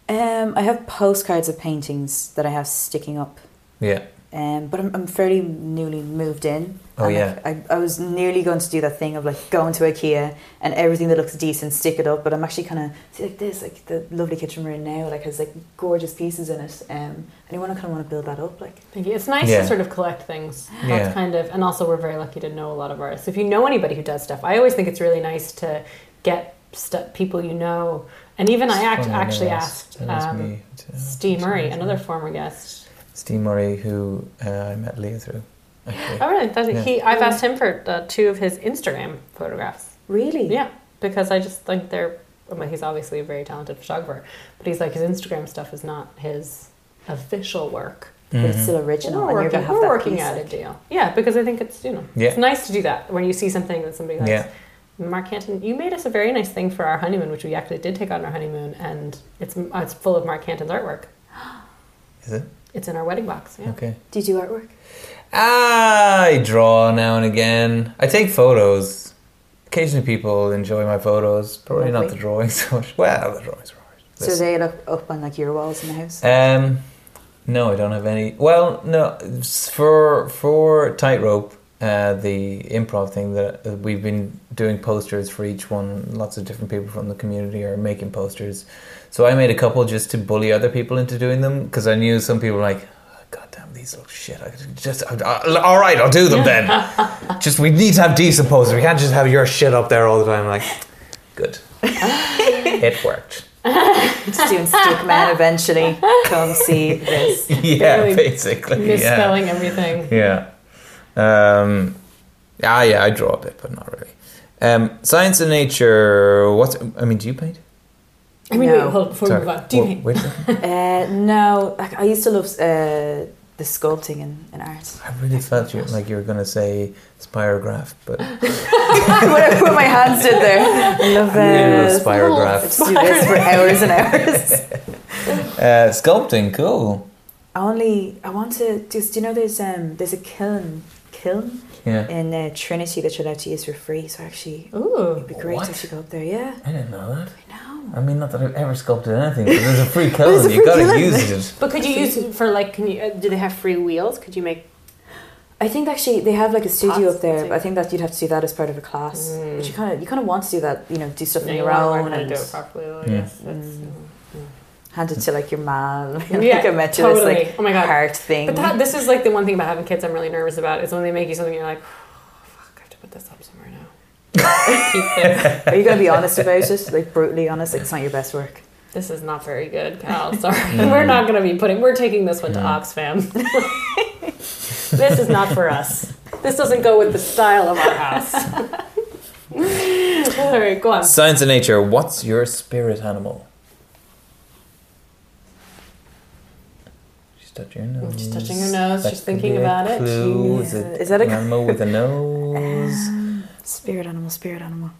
[SPEAKER 1] Um, I have postcards of paintings that I have sticking up.
[SPEAKER 2] Yeah.
[SPEAKER 1] Um, but I'm, I'm fairly newly moved in.
[SPEAKER 2] Oh,
[SPEAKER 1] and,
[SPEAKER 2] yeah.
[SPEAKER 1] Like, I, I was nearly going to do that thing of like going to IKEA and everything that looks decent, stick it up. But I'm actually kind of see like this, like the lovely kitchen we're in now, like has like gorgeous pieces in it. Um, and I want to kind of want to build that up, like.
[SPEAKER 3] Thank you. It's nice
[SPEAKER 2] Yeah.
[SPEAKER 3] to sort of collect things. That's
[SPEAKER 2] Yeah.
[SPEAKER 3] kind of, and also we're very lucky to know a lot of artists. If you know anybody who does stuff, I always think it's really nice to get stu- people you know. And even I act-
[SPEAKER 2] Funny, never
[SPEAKER 3] actually
[SPEAKER 2] asked.
[SPEAKER 3] asked
[SPEAKER 2] That was
[SPEAKER 3] um,
[SPEAKER 2] me uh, too.
[SPEAKER 3] Steve Murray, another former guest.
[SPEAKER 2] Steve Murray, who uh, I met Leah through. Actually.
[SPEAKER 3] Oh, really? That,
[SPEAKER 2] Yeah.
[SPEAKER 3] He, I've
[SPEAKER 1] Yeah.
[SPEAKER 3] asked him for uh, two of his Instagram photographs.
[SPEAKER 1] Really?
[SPEAKER 3] Yeah, because I just think they're. I mean, he's obviously a very talented photographer, but he's like his Instagram stuff is not his official work.
[SPEAKER 1] But it's
[SPEAKER 2] Mhm.
[SPEAKER 1] still
[SPEAKER 3] But
[SPEAKER 1] original,
[SPEAKER 3] we're
[SPEAKER 1] and you're
[SPEAKER 3] working,
[SPEAKER 1] gonna have
[SPEAKER 3] we're
[SPEAKER 1] that
[SPEAKER 3] working
[SPEAKER 1] piece,
[SPEAKER 3] at
[SPEAKER 1] like-
[SPEAKER 3] a deal. Yeah, because I think it's you know
[SPEAKER 2] Yeah.
[SPEAKER 3] it's nice to do that when you see something that somebody likes.
[SPEAKER 2] Yeah.
[SPEAKER 3] Mark Hanton, you made us a very nice thing for our honeymoon, which we actually did take on our honeymoon, and it's it's full of Mark Hanton's artwork.
[SPEAKER 2] Is it?
[SPEAKER 3] It's in our wedding box. Yeah.
[SPEAKER 2] Okay. Ah,
[SPEAKER 1] Do you do artwork?
[SPEAKER 2] I draw now and again. I take photos. Occasionally, people enjoy my photos. Probably not
[SPEAKER 1] Lovely.
[SPEAKER 2] the drawings so much. Well, the drawings are alright.
[SPEAKER 1] So they look up on like your walls in the house.
[SPEAKER 2] Um, no, I don't have any. Well, no, s- for for tightrope, uh, the improv thing that uh, we've been doing posters for each one. Lots of different people from the community are making posters. So I made a couple just to bully other people into doing them because I knew some people were like. God damn, these look shit. I could just I, I, all right, I'll do them then. just we need to have decent posters. We can't just have your shit up there all the time. Like, good, it worked.
[SPEAKER 1] Just doing stick man eventually. Come see this.
[SPEAKER 2] Yeah,
[SPEAKER 3] Barely
[SPEAKER 2] basically. Yeah.
[SPEAKER 3] Misspelling everything.
[SPEAKER 2] Yeah. Um, ah, yeah, I draw a bit, but not really. Um, science and nature. What I mean, do you paint?
[SPEAKER 3] I mean,
[SPEAKER 1] No.
[SPEAKER 3] wait, hold before
[SPEAKER 2] Sorry,
[SPEAKER 3] we move on. Do you
[SPEAKER 2] wha-
[SPEAKER 3] hate-
[SPEAKER 2] wait a second.
[SPEAKER 1] Uh, no, like, I used to love uh, the sculpting and, and art.
[SPEAKER 2] I really felt you like you were gonna say spirograph, but
[SPEAKER 1] when I put my hands in there, I love
[SPEAKER 2] Yeah,
[SPEAKER 1] uh,
[SPEAKER 2] spirograph.
[SPEAKER 1] I just do this for hours and hours.
[SPEAKER 2] uh, sculpting. Cool.
[SPEAKER 1] Only I want to just you know there's um there's a kiln kiln
[SPEAKER 2] Yeah.
[SPEAKER 1] in uh, Trinity that you're allowed to use for free. So actually,
[SPEAKER 3] Ooh.
[SPEAKER 1] it'd be great
[SPEAKER 2] What?
[SPEAKER 1] to actually go up there. Yeah,
[SPEAKER 2] I didn't know that.
[SPEAKER 1] I know.
[SPEAKER 2] I mean, not that I've ever sculpted anything, but there's a free
[SPEAKER 1] There's a
[SPEAKER 2] kiln. You
[SPEAKER 1] free
[SPEAKER 2] gotta
[SPEAKER 1] kiln.
[SPEAKER 2] use it.
[SPEAKER 3] But could you use it for like? Can you? Uh, do they have free wheels? Could you make?
[SPEAKER 1] I think actually they have like a studio
[SPEAKER 3] Class,
[SPEAKER 1] up there,
[SPEAKER 3] let's
[SPEAKER 1] but I think that you'd have to do that as part of a class.
[SPEAKER 3] Mm.
[SPEAKER 1] But you kind of you kind of want to do that, you know, do stuff on
[SPEAKER 3] you
[SPEAKER 1] your
[SPEAKER 3] wanna learn
[SPEAKER 1] own
[SPEAKER 3] how to
[SPEAKER 1] and
[SPEAKER 3] do it properly. Though, I
[SPEAKER 2] Yeah.
[SPEAKER 3] guess. That's,
[SPEAKER 1] Mm. hand it to like your man,
[SPEAKER 3] Yeah,
[SPEAKER 1] like a met to this
[SPEAKER 3] totally.
[SPEAKER 1] like
[SPEAKER 3] oh my god.
[SPEAKER 1] heart thing.
[SPEAKER 3] But that, this is like the one thing about having kids I'm really nervous about is when they make you something you're like, "Oh, fuck, I have to put this up somewhere now. Keep this.
[SPEAKER 1] Are you going to be honest about it? Like brutally honest? Like, it's not your best work.
[SPEAKER 3] This is not very good, Cal. Sorry. We're not going to be putting, we're taking this one to
[SPEAKER 2] Mm.
[SPEAKER 3] Oxfam. this is not for us. This doesn't go with the style of our house. All right, go on.
[SPEAKER 2] Science and nature. What's your spirit animal? She's touching your nose.
[SPEAKER 3] Just touching your nose,
[SPEAKER 2] That
[SPEAKER 3] just
[SPEAKER 2] could
[SPEAKER 3] thinking
[SPEAKER 2] be a
[SPEAKER 3] about it.
[SPEAKER 2] clue. Is
[SPEAKER 1] Yeah.
[SPEAKER 2] it
[SPEAKER 1] Is that a
[SPEAKER 2] an animal with a nose?
[SPEAKER 1] Um, spirit animal, spirit animal.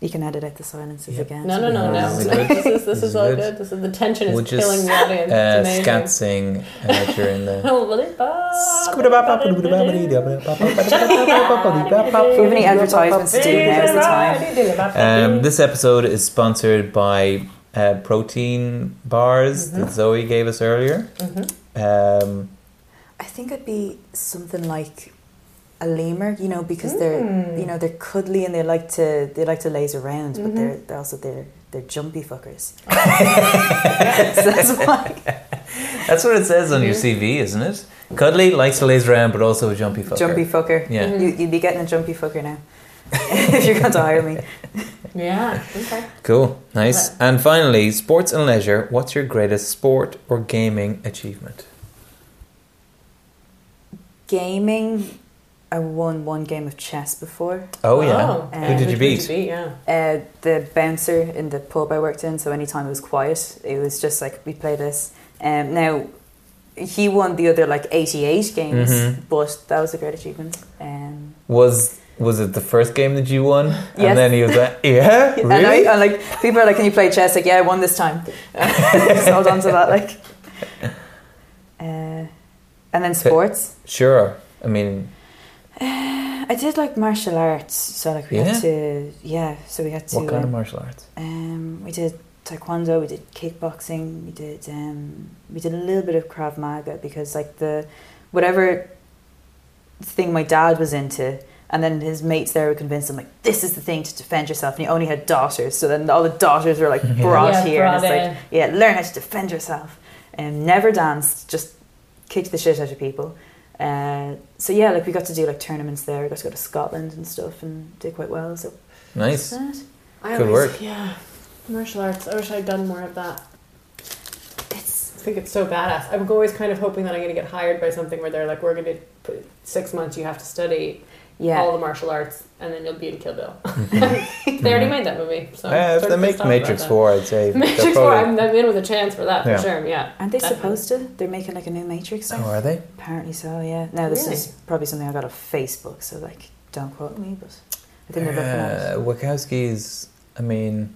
[SPEAKER 1] You can edit out the silences
[SPEAKER 2] Yep.
[SPEAKER 1] again.
[SPEAKER 3] No, no, no, no.
[SPEAKER 2] This is
[SPEAKER 3] no.
[SPEAKER 2] good.
[SPEAKER 3] This is, this
[SPEAKER 2] This
[SPEAKER 3] is
[SPEAKER 2] is
[SPEAKER 3] all
[SPEAKER 2] good.
[SPEAKER 3] good. This is, the tension is
[SPEAKER 2] We'll just,
[SPEAKER 3] killing the audience.
[SPEAKER 2] Uh,
[SPEAKER 3] it's amazing.
[SPEAKER 2] scat sing uh, during the.
[SPEAKER 1] If you have any advertisements to do, now's the time.
[SPEAKER 2] Um, this episode is sponsored by uh, protein bars that
[SPEAKER 3] Mm-hmm.
[SPEAKER 2] Zoe gave us earlier. Um,
[SPEAKER 1] I think it'd be something like a lemur, you know, because
[SPEAKER 3] Hmm.
[SPEAKER 1] they're you know they're cuddly and they like to they like to laze around, but they're, they're also they're they're jumpy fuckers. so that's why.
[SPEAKER 2] that's what it says on your
[SPEAKER 1] Mm-hmm.
[SPEAKER 2] CV, isn't it? Cuddly likes to laze around, but also a jumpy fucker.
[SPEAKER 1] Jumpy fucker.
[SPEAKER 2] Yeah.
[SPEAKER 1] You, you'd be getting a jumpy fucker now if you're going to hire me.
[SPEAKER 3] Hmm. Yeah. Okay.
[SPEAKER 1] Mm-hmm.
[SPEAKER 2] Cool. Nice. And finally, sports and leisure. What's your greatest sport or gaming achievement?
[SPEAKER 1] Gaming. I won one game of chess before.
[SPEAKER 2] Oh yeah.
[SPEAKER 3] Oh,
[SPEAKER 1] Who
[SPEAKER 3] yeah.
[SPEAKER 2] did you beat?
[SPEAKER 3] Yeah.
[SPEAKER 1] Uh, the bouncer in the pub I worked in, so anytime it was quiet, it was just like we play this. Um, now he won the other like eighty-eight games,
[SPEAKER 2] Mhm.
[SPEAKER 1] but that was a great achievement. Um,
[SPEAKER 2] Was was it the first game that you won?
[SPEAKER 1] Yes.
[SPEAKER 2] And then he was like, Yeah, really?
[SPEAKER 1] And I, uh, and like people are like, "Can you play chess?" Like, yeah, I won this time. Just hold on to that, like. Uh, and then sports.
[SPEAKER 2] Sure. I mean,
[SPEAKER 1] I did like martial arts, so like we
[SPEAKER 2] Yeah?
[SPEAKER 1] had to, yeah. So we had to.
[SPEAKER 2] what kind
[SPEAKER 1] um,
[SPEAKER 2] of martial arts?
[SPEAKER 1] Um, we did taekwondo, we did kickboxing, we did um, we did a little bit of krav maga because like the whatever thing my dad was into, and then his mates there were convinced him like this is the thing to defend yourself, and he only had daughters, so then all the daughters were like brought
[SPEAKER 3] Yeah,
[SPEAKER 1] here, and
[SPEAKER 3] brought
[SPEAKER 1] it's like yeah, learn how to defend yourself, and never danced, just kicked the shit out of people. Uh, so yeah, like we got to do like tournaments there. We got to go to Scotland and stuff, and did quite well. So
[SPEAKER 2] Nice.
[SPEAKER 1] that.
[SPEAKER 3] I
[SPEAKER 2] Good
[SPEAKER 3] always-
[SPEAKER 2] work.
[SPEAKER 3] Yeah. Martial arts. I wish I'd done more of that.
[SPEAKER 1] it's
[SPEAKER 3] I think it's so badass. I'm always kind of hoping that I'm going to get hired by something where they're like, we're going to put six months, you have to study
[SPEAKER 1] yeah.
[SPEAKER 3] all the martial arts, and then you'll be in Kill Bill. they already made that movie. So I'm
[SPEAKER 2] Uh, if
[SPEAKER 3] sort
[SPEAKER 2] they
[SPEAKER 3] of
[SPEAKER 2] make
[SPEAKER 3] pissed off
[SPEAKER 2] Matrix
[SPEAKER 3] about that.
[SPEAKER 2] 4, I'd say. they're
[SPEAKER 3] Matrix 4,
[SPEAKER 2] probably-
[SPEAKER 3] I'm, I'm in with a chance for that,
[SPEAKER 2] Yeah.
[SPEAKER 3] for sure, yeah.
[SPEAKER 1] Aren't they
[SPEAKER 3] Definitely.
[SPEAKER 1] supposed to? They're making like a new Matrix.
[SPEAKER 2] Oh,
[SPEAKER 1] now?
[SPEAKER 2] are they?
[SPEAKER 1] Apparently so. Yeah. Now this
[SPEAKER 3] Really?
[SPEAKER 1] is probably something I got off Facebook, so like, don't quote me, but I think they're looking at
[SPEAKER 2] Uh,
[SPEAKER 1] it.
[SPEAKER 2] Wachowski's, I mean,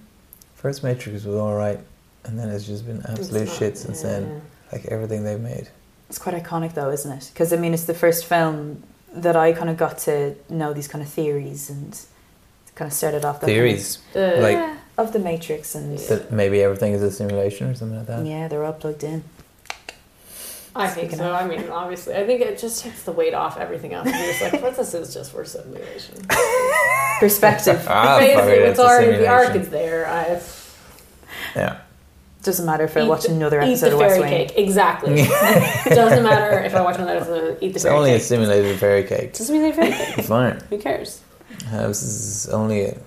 [SPEAKER 2] first Matrix was alright, and then it's just been absolute
[SPEAKER 3] It's not-
[SPEAKER 2] shit since then.
[SPEAKER 3] yeah.
[SPEAKER 2] Like everything they've made.
[SPEAKER 1] It's quite iconic though, isn't it? Because I mean, it's the first film that I kind of got to know these kind of theories and kind of started off that kind of-
[SPEAKER 2] Theories
[SPEAKER 3] The-
[SPEAKER 2] Like-
[SPEAKER 1] yeah, of the Matrix and yeah.
[SPEAKER 2] that maybe everything is a simulation or something like that.
[SPEAKER 1] they're all plugged in.
[SPEAKER 3] I think
[SPEAKER 1] Speaking
[SPEAKER 3] so. I mean, obviously, I think it just takes the weight off everything else. You're just like, what this is just for simulation.
[SPEAKER 1] Perspective
[SPEAKER 2] Ah, fuck
[SPEAKER 3] Basically,
[SPEAKER 2] it,
[SPEAKER 3] it's
[SPEAKER 2] it's a
[SPEAKER 3] already the arc
[SPEAKER 2] simulation.
[SPEAKER 3] is there. I
[SPEAKER 2] Yeah.
[SPEAKER 1] doesn't matter if I
[SPEAKER 3] Eat
[SPEAKER 1] watch
[SPEAKER 3] the-
[SPEAKER 1] another
[SPEAKER 3] eat
[SPEAKER 1] episode
[SPEAKER 3] the
[SPEAKER 1] of West
[SPEAKER 3] fairy
[SPEAKER 1] Wing.
[SPEAKER 3] cake. Exactly. Doesn't matter if I watch another episode. Eat the
[SPEAKER 2] It's
[SPEAKER 3] fairy
[SPEAKER 2] only a
[SPEAKER 3] cake.
[SPEAKER 2] simulated fairy cake.
[SPEAKER 3] Doesn't mean they're fairy cake.
[SPEAKER 2] Fine. Uh,
[SPEAKER 3] Who cares?
[SPEAKER 2] This is only a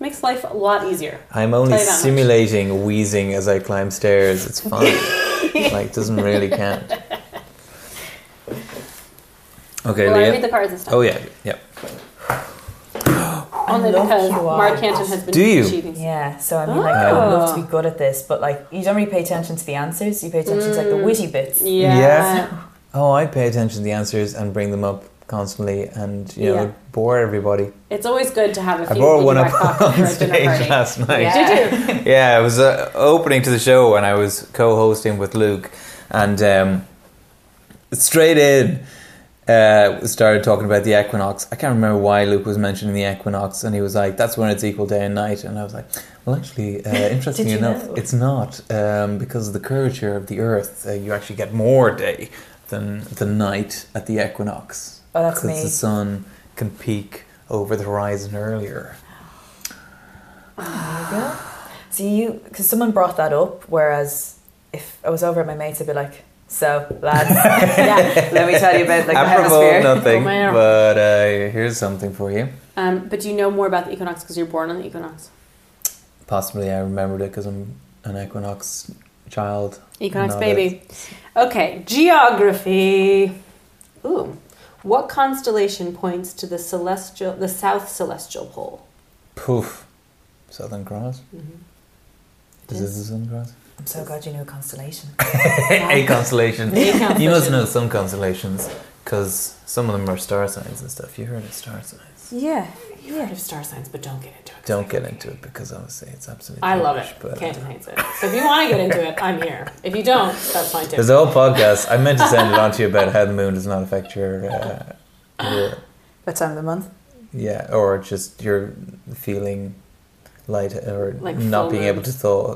[SPEAKER 3] Makes life a lot easier.
[SPEAKER 2] I'm only
[SPEAKER 3] Play that much.
[SPEAKER 2] simulating wheezing as I climb stairs. It's fine. like doesn't really count. Okay,
[SPEAKER 3] Well, I
[SPEAKER 2] Leah.
[SPEAKER 3] read the cards and stuff.
[SPEAKER 2] oh yeah, yeah.
[SPEAKER 3] Only
[SPEAKER 1] love
[SPEAKER 3] because
[SPEAKER 1] you all.
[SPEAKER 3] Mark Canton has been
[SPEAKER 2] Do you?
[SPEAKER 3] cheating.
[SPEAKER 1] Yeah, so I mean, like, I
[SPEAKER 3] Ah.
[SPEAKER 1] would love
[SPEAKER 2] Oh.
[SPEAKER 1] to be good at this, but like, you don't really pay attention to the answers. You pay attention to like the
[SPEAKER 3] Mm.
[SPEAKER 1] witty bits.
[SPEAKER 3] Yeah.
[SPEAKER 2] Yeah. Oh, I pay attention to the answers and bring them up constantly, and you know
[SPEAKER 3] Yeah.
[SPEAKER 2] bore everybody.
[SPEAKER 3] It's always good to have a
[SPEAKER 2] I
[SPEAKER 3] few
[SPEAKER 2] brought one
[SPEAKER 3] back
[SPEAKER 2] up
[SPEAKER 3] pocket for
[SPEAKER 2] on
[SPEAKER 3] a dinner
[SPEAKER 2] stage
[SPEAKER 3] party.
[SPEAKER 2] last night.
[SPEAKER 1] Yeah.
[SPEAKER 3] Did you?
[SPEAKER 2] yeah, it was uh, opening to the show when I was co-hosting with Luke, and um, straight in uh, started talking about the equinox. I can't remember why Luke was mentioning the equinox, and he was like, "That's when it's equal day and night," and I was like. Well, actually, uh, interestingly
[SPEAKER 1] you
[SPEAKER 2] enough,
[SPEAKER 1] know?
[SPEAKER 2] it's not um, because of the curvature of the Earth. Uh, you actually get more day than the night at the equinox.
[SPEAKER 1] Oh, that's
[SPEAKER 2] because the
[SPEAKER 1] me.
[SPEAKER 2] sun can peak over the horizon earlier.
[SPEAKER 1] So you, because someone brought that up, whereas if I was over at my mates, I'd be like, "So lads, yeah, let me tell you about like the
[SPEAKER 2] Apropos
[SPEAKER 1] hemisphere."
[SPEAKER 2] of nothing,
[SPEAKER 3] Oh, man.
[SPEAKER 2] but uh, here's something for you.
[SPEAKER 3] Um, but you know more about the equinox because you're born on the equinox.
[SPEAKER 2] Possibly I remembered it because I'm an equinox child.
[SPEAKER 3] Equinox
[SPEAKER 2] Not
[SPEAKER 3] baby. Okay, geography. Ooh, what constellation points to the celestial, the south celestial pole?
[SPEAKER 2] Poof. Southern Cross. Does this is some cross?
[SPEAKER 1] I'm so glad you know Constellation.
[SPEAKER 2] a constellation.
[SPEAKER 3] Yeah.
[SPEAKER 2] You must know some constellations because some of them are star signs and stuff. You heard of star signs.
[SPEAKER 1] Yeah.
[SPEAKER 3] You've heard of star signs, but don't get into it.
[SPEAKER 2] Don't get into it because obviously it's absolutely.
[SPEAKER 3] I love
[SPEAKER 2] rubbish,
[SPEAKER 3] it.
[SPEAKER 2] But
[SPEAKER 3] Canton hates it. So if you want to get into it, I'm here. If you don't, that's fine too.
[SPEAKER 2] there's a whole podcast. I meant to send it on to you about how the moon does not affect your, uh, your
[SPEAKER 1] What time of the month?
[SPEAKER 2] yeah, or just your feeling light or
[SPEAKER 3] Like
[SPEAKER 2] not
[SPEAKER 3] full
[SPEAKER 2] being
[SPEAKER 3] moon.
[SPEAKER 2] able to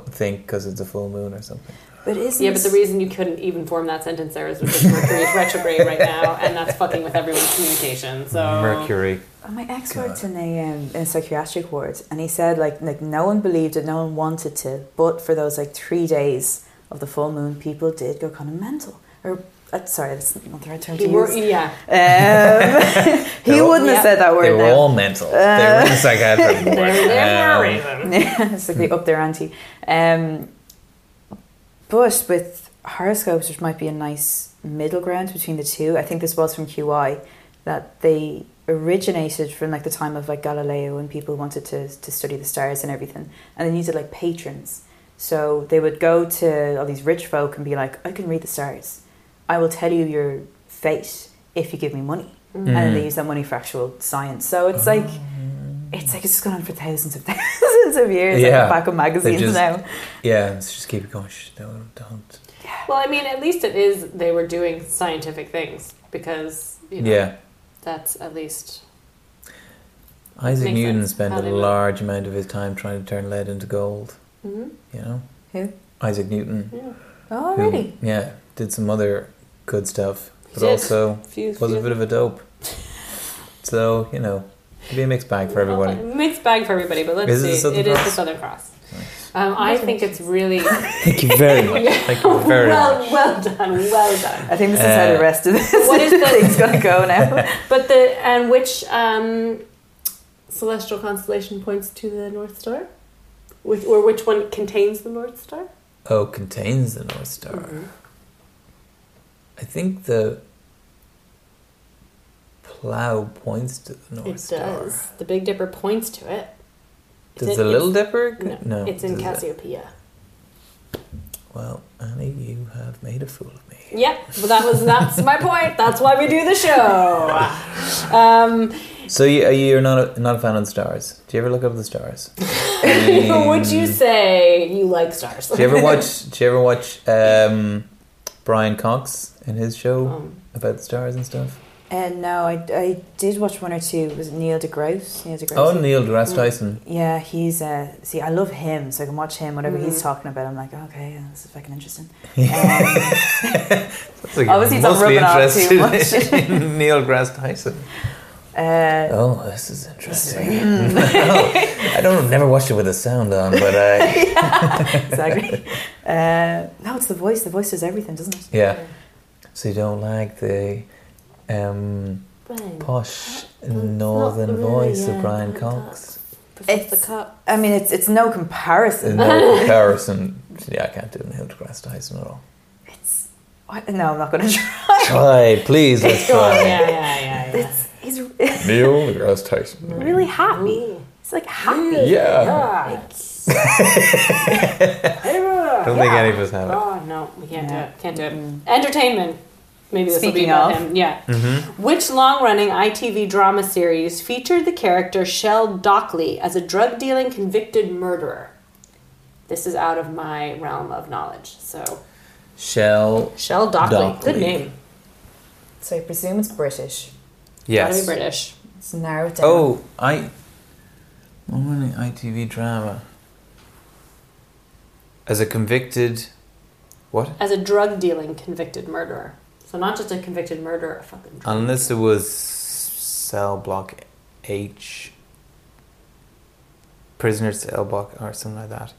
[SPEAKER 2] th- think because it's a full moon or something.
[SPEAKER 1] But isn't
[SPEAKER 3] Yeah, but the reason you couldn't even form that sentence there is because Mercury is retrograde right now, and that's fucking with everyone's communication. So
[SPEAKER 2] Mercury.
[SPEAKER 1] Oh, my ex
[SPEAKER 2] God.
[SPEAKER 1] worked in a, um, in a psychiatric ward, and he said like like no one believed it, no one wanted to, but for those like three days of the full moon, people did go kind of mental. Or uh, sorry, that's not the right term to
[SPEAKER 3] You were,
[SPEAKER 1] use.
[SPEAKER 3] yeah,
[SPEAKER 1] Um, he
[SPEAKER 2] They're all-
[SPEAKER 1] wouldn't
[SPEAKER 3] Yeah.
[SPEAKER 1] have said that
[SPEAKER 2] They
[SPEAKER 1] word.
[SPEAKER 2] were
[SPEAKER 1] now.
[SPEAKER 2] all mental. they
[SPEAKER 3] Uh,
[SPEAKER 2] were in psychiatric ward.
[SPEAKER 3] there, there
[SPEAKER 2] Um,
[SPEAKER 3] for a reason.
[SPEAKER 1] it's like they up their ante. Um, but with horoscopes, which might be a nice middle ground between the two, I think this was from QI that they originated from like the time of like Galileo when people wanted to, to study the stars and everything, and they needed like patrons. So they would go to all these rich folk and be like, "I can read the stars. I will tell you your fate if you give me money."
[SPEAKER 2] Mm.
[SPEAKER 1] And
[SPEAKER 2] Uh-huh.
[SPEAKER 1] then they use that money for actual science. So it's like it's like it's gone on for thousands of thousands of years.
[SPEAKER 2] Yeah.
[SPEAKER 1] Like the back of magazines
[SPEAKER 2] just-
[SPEAKER 1] now.
[SPEAKER 2] Yeah, let's just keep it going. Shh, don't, don't.
[SPEAKER 3] Well, I mean, at least it is they were doing scientific things because you know,
[SPEAKER 2] Yeah.
[SPEAKER 3] that's at least
[SPEAKER 2] Isaac
[SPEAKER 3] Makes
[SPEAKER 2] Newton
[SPEAKER 3] sense.
[SPEAKER 2] spent
[SPEAKER 3] How
[SPEAKER 2] a
[SPEAKER 3] they would-
[SPEAKER 2] large amount of his time trying to turn lead into gold,
[SPEAKER 3] hmm
[SPEAKER 2] you know?
[SPEAKER 1] Who?
[SPEAKER 2] Isaac Newton.
[SPEAKER 3] yeah,
[SPEAKER 1] Oh
[SPEAKER 2] who,
[SPEAKER 1] really?
[SPEAKER 2] Yeah, did some other good stuff,
[SPEAKER 3] He
[SPEAKER 2] but
[SPEAKER 3] did.
[SPEAKER 2] also
[SPEAKER 3] few,
[SPEAKER 2] was
[SPEAKER 3] few-
[SPEAKER 2] a bit of a dope. So, you know, it'd be a mixed bag for everybody.
[SPEAKER 3] Mixed bag for everybody, but let's
[SPEAKER 2] Is it
[SPEAKER 3] see.
[SPEAKER 2] the Southern
[SPEAKER 3] It is the
[SPEAKER 2] Cross?
[SPEAKER 3] Southern Cross. Um, I think it's really
[SPEAKER 2] Thank you very much. Thank you very
[SPEAKER 3] well,
[SPEAKER 2] much.
[SPEAKER 3] well done, well done.
[SPEAKER 1] I think this is how
[SPEAKER 2] Uh,
[SPEAKER 1] the rest of this
[SPEAKER 3] What is the-
[SPEAKER 1] thing's gonna go now.
[SPEAKER 3] But the and which um, celestial constellation points to the North Star, which or which one contains the North Star?
[SPEAKER 2] Oh, contains the North Star.
[SPEAKER 3] Mm-hmm.
[SPEAKER 2] I think the plough points to the North
[SPEAKER 3] It
[SPEAKER 2] Star.
[SPEAKER 3] does. The Big Dipper points to it. It's
[SPEAKER 2] Does
[SPEAKER 3] in-
[SPEAKER 2] the Little
[SPEAKER 3] it's-
[SPEAKER 2] Dipper? go-
[SPEAKER 3] No, it's in
[SPEAKER 2] does it?
[SPEAKER 3] Cassiopeia.
[SPEAKER 2] Well, Annie, you have made a fool of me.
[SPEAKER 3] Yep, well, that was that's my point. That's why we do the show. Um,
[SPEAKER 2] So you, you're not a, not a fan of the stars. Do you ever look up the stars? Um,
[SPEAKER 3] would you say you like stars?
[SPEAKER 2] Do you ever watch? Do you ever watch um, Brian Cox and his show
[SPEAKER 3] Um,
[SPEAKER 2] about the stars and stuff?
[SPEAKER 1] And no, I, I did watch one or two. Was it Neil deGrasse? Neil deGrasse.
[SPEAKER 2] Oh, Neil deGrasse Tyson.
[SPEAKER 1] Yeah, he's uh see I love him, so I can watch him, whatever he's
[SPEAKER 3] Mhm.
[SPEAKER 1] talking about. I'm like, okay, yeah, this is fucking interesting. Um,
[SPEAKER 2] Like
[SPEAKER 1] Obviously, it's not
[SPEAKER 2] mostly
[SPEAKER 1] rubbing off too
[SPEAKER 2] interested in Neil deGrasse Tyson.
[SPEAKER 1] uh,
[SPEAKER 2] Oh, this is interesting. Oh, I don't never watched it with the sound on, but I
[SPEAKER 1] exactly. Uh, no, it's the voice. The voice does everything, doesn't it?
[SPEAKER 2] yeah. So you don't like the um,
[SPEAKER 3] Brian,
[SPEAKER 2] posh
[SPEAKER 3] not
[SPEAKER 2] northern
[SPEAKER 3] really,
[SPEAKER 2] voice
[SPEAKER 3] yeah,
[SPEAKER 2] of Brian
[SPEAKER 3] Brian
[SPEAKER 2] Cox?
[SPEAKER 3] Professor
[SPEAKER 1] It's-
[SPEAKER 3] Cup.
[SPEAKER 1] I mean, it's it's no comparison.
[SPEAKER 2] No comparison. Yeah, I can't do Neil deGrasse Tyson at all.
[SPEAKER 1] It's what? no, I'm not going to
[SPEAKER 2] Try, please, let's
[SPEAKER 1] Oh,
[SPEAKER 3] Go on,
[SPEAKER 2] try.
[SPEAKER 3] yeah, yeah, yeah. yeah.
[SPEAKER 1] It's he's it's
[SPEAKER 2] Neil deGrasse Tyson.
[SPEAKER 1] really happy.
[SPEAKER 3] Ooh.
[SPEAKER 1] It's like happy.
[SPEAKER 2] Yeah.
[SPEAKER 1] Oh.
[SPEAKER 3] Yeah.
[SPEAKER 2] I don't think any of us have it.
[SPEAKER 3] Oh no, we can't
[SPEAKER 1] Yeah.
[SPEAKER 3] do it. Can't do it. Entertainment. Maybe this will be
[SPEAKER 1] Speaking
[SPEAKER 3] about
[SPEAKER 1] of.
[SPEAKER 3] him. Yeah.
[SPEAKER 2] Mm-hmm.
[SPEAKER 3] Which long-running ITV drama series featured the character Shell Dockley as a drug-dealing convicted murderer? This is out of my realm of knowledge. So
[SPEAKER 2] Shell.
[SPEAKER 3] Shell Dockley,
[SPEAKER 2] Dockley.
[SPEAKER 3] good name.
[SPEAKER 1] So I presume it's British.
[SPEAKER 3] Gotta be
[SPEAKER 2] Yes.
[SPEAKER 3] British.
[SPEAKER 1] It's narrow it down.
[SPEAKER 2] Oh, I. I'm running ITV drama. As a convicted. What?
[SPEAKER 3] As a drug-dealing convicted murderer. So not just a convicted murderer, a fucking. drug
[SPEAKER 2] Unless it was cell block H. Prisoner cell block or something like that.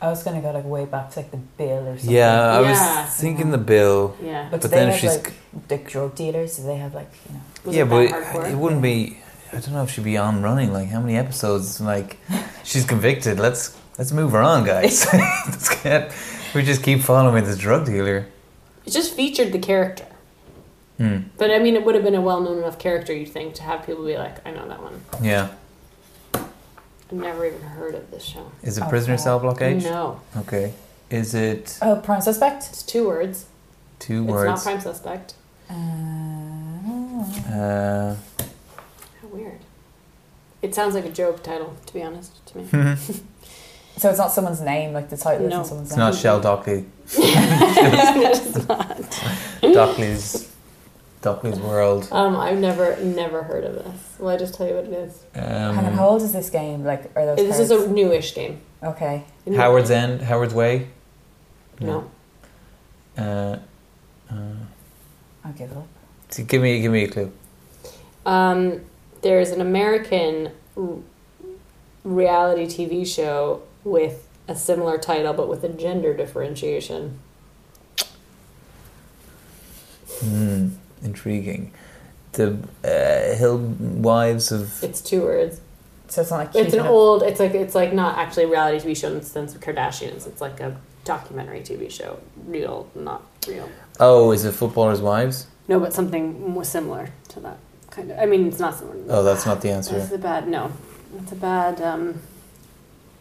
[SPEAKER 1] I was gonna go like way back to like the bill or something.
[SPEAKER 2] Yeah, I
[SPEAKER 3] Yeah.
[SPEAKER 2] was thinking the bill.
[SPEAKER 3] dealer. Yeah.
[SPEAKER 1] But,
[SPEAKER 2] But
[SPEAKER 1] do they
[SPEAKER 2] then
[SPEAKER 1] have
[SPEAKER 2] she's-
[SPEAKER 1] like the drug dealers. Do they have like you know?
[SPEAKER 3] Was
[SPEAKER 2] yeah,
[SPEAKER 3] it
[SPEAKER 2] but
[SPEAKER 3] that
[SPEAKER 2] it,
[SPEAKER 3] hardcore?
[SPEAKER 2] it wouldn't be. I don't know if she'd be on running. Like how many episodes? Like she's convicted. Let's let's move her on, guys. Let's get- we just keep following this drug dealer.
[SPEAKER 3] It just featured the character.
[SPEAKER 2] Hmm.
[SPEAKER 3] But I mean, it would have been a well known enough character, you'd think, to have people be like, I know that one.
[SPEAKER 2] Yeah.
[SPEAKER 3] I've never even heard of this show.
[SPEAKER 2] Is it
[SPEAKER 1] Oh,
[SPEAKER 2] prisoner
[SPEAKER 1] God.
[SPEAKER 2] cell block H?
[SPEAKER 3] No,
[SPEAKER 2] Okay. Is it
[SPEAKER 1] Oh, Prime Suspect?
[SPEAKER 3] it's two words.
[SPEAKER 2] two
[SPEAKER 3] It's not
[SPEAKER 2] words?
[SPEAKER 3] Prime Suspect.
[SPEAKER 1] Uh, I
[SPEAKER 2] Uh,
[SPEAKER 3] How weird. It sounds like a joke title, to be honest, to me.
[SPEAKER 2] it's
[SPEAKER 1] so it's not someone's name, like the title
[SPEAKER 3] No.
[SPEAKER 1] isn't someone's name.
[SPEAKER 2] not Shell Dockley.
[SPEAKER 3] It's not.
[SPEAKER 2] Dockley's Dockley's World.
[SPEAKER 3] Um, I've never, never heard of this. Will I just tell you what it is?
[SPEAKER 1] Hang on, how
[SPEAKER 2] Um,
[SPEAKER 1] old is this game? Like, are those
[SPEAKER 3] This is
[SPEAKER 1] cards?
[SPEAKER 3] a newish game.
[SPEAKER 1] Okay.
[SPEAKER 2] Howard's End, Howard's Way.
[SPEAKER 3] No.
[SPEAKER 2] Uh, uh,
[SPEAKER 1] I'll give it up.
[SPEAKER 2] t- give me give me a clue.
[SPEAKER 3] Um, there is an American r- reality TV show with a similar title, but with a gender differentiation.
[SPEAKER 2] Hmm, intriguing. The uh, Hill Wives of
[SPEAKER 3] It's two words.
[SPEAKER 1] So it's not like
[SPEAKER 3] It's
[SPEAKER 1] keeping
[SPEAKER 3] an
[SPEAKER 1] it-
[SPEAKER 3] old. It's like it's like not actually a reality TV show in the sense of Kardashians. It's like a documentary TV show, real, not real.
[SPEAKER 2] Oh, is it Footballers' Wives?
[SPEAKER 3] No, but something more similar to that kind of. I mean, it's not similar. to
[SPEAKER 2] Oh,
[SPEAKER 3] that.
[SPEAKER 2] that's not the answer.
[SPEAKER 3] That's a bad. No, that's a bad. Um,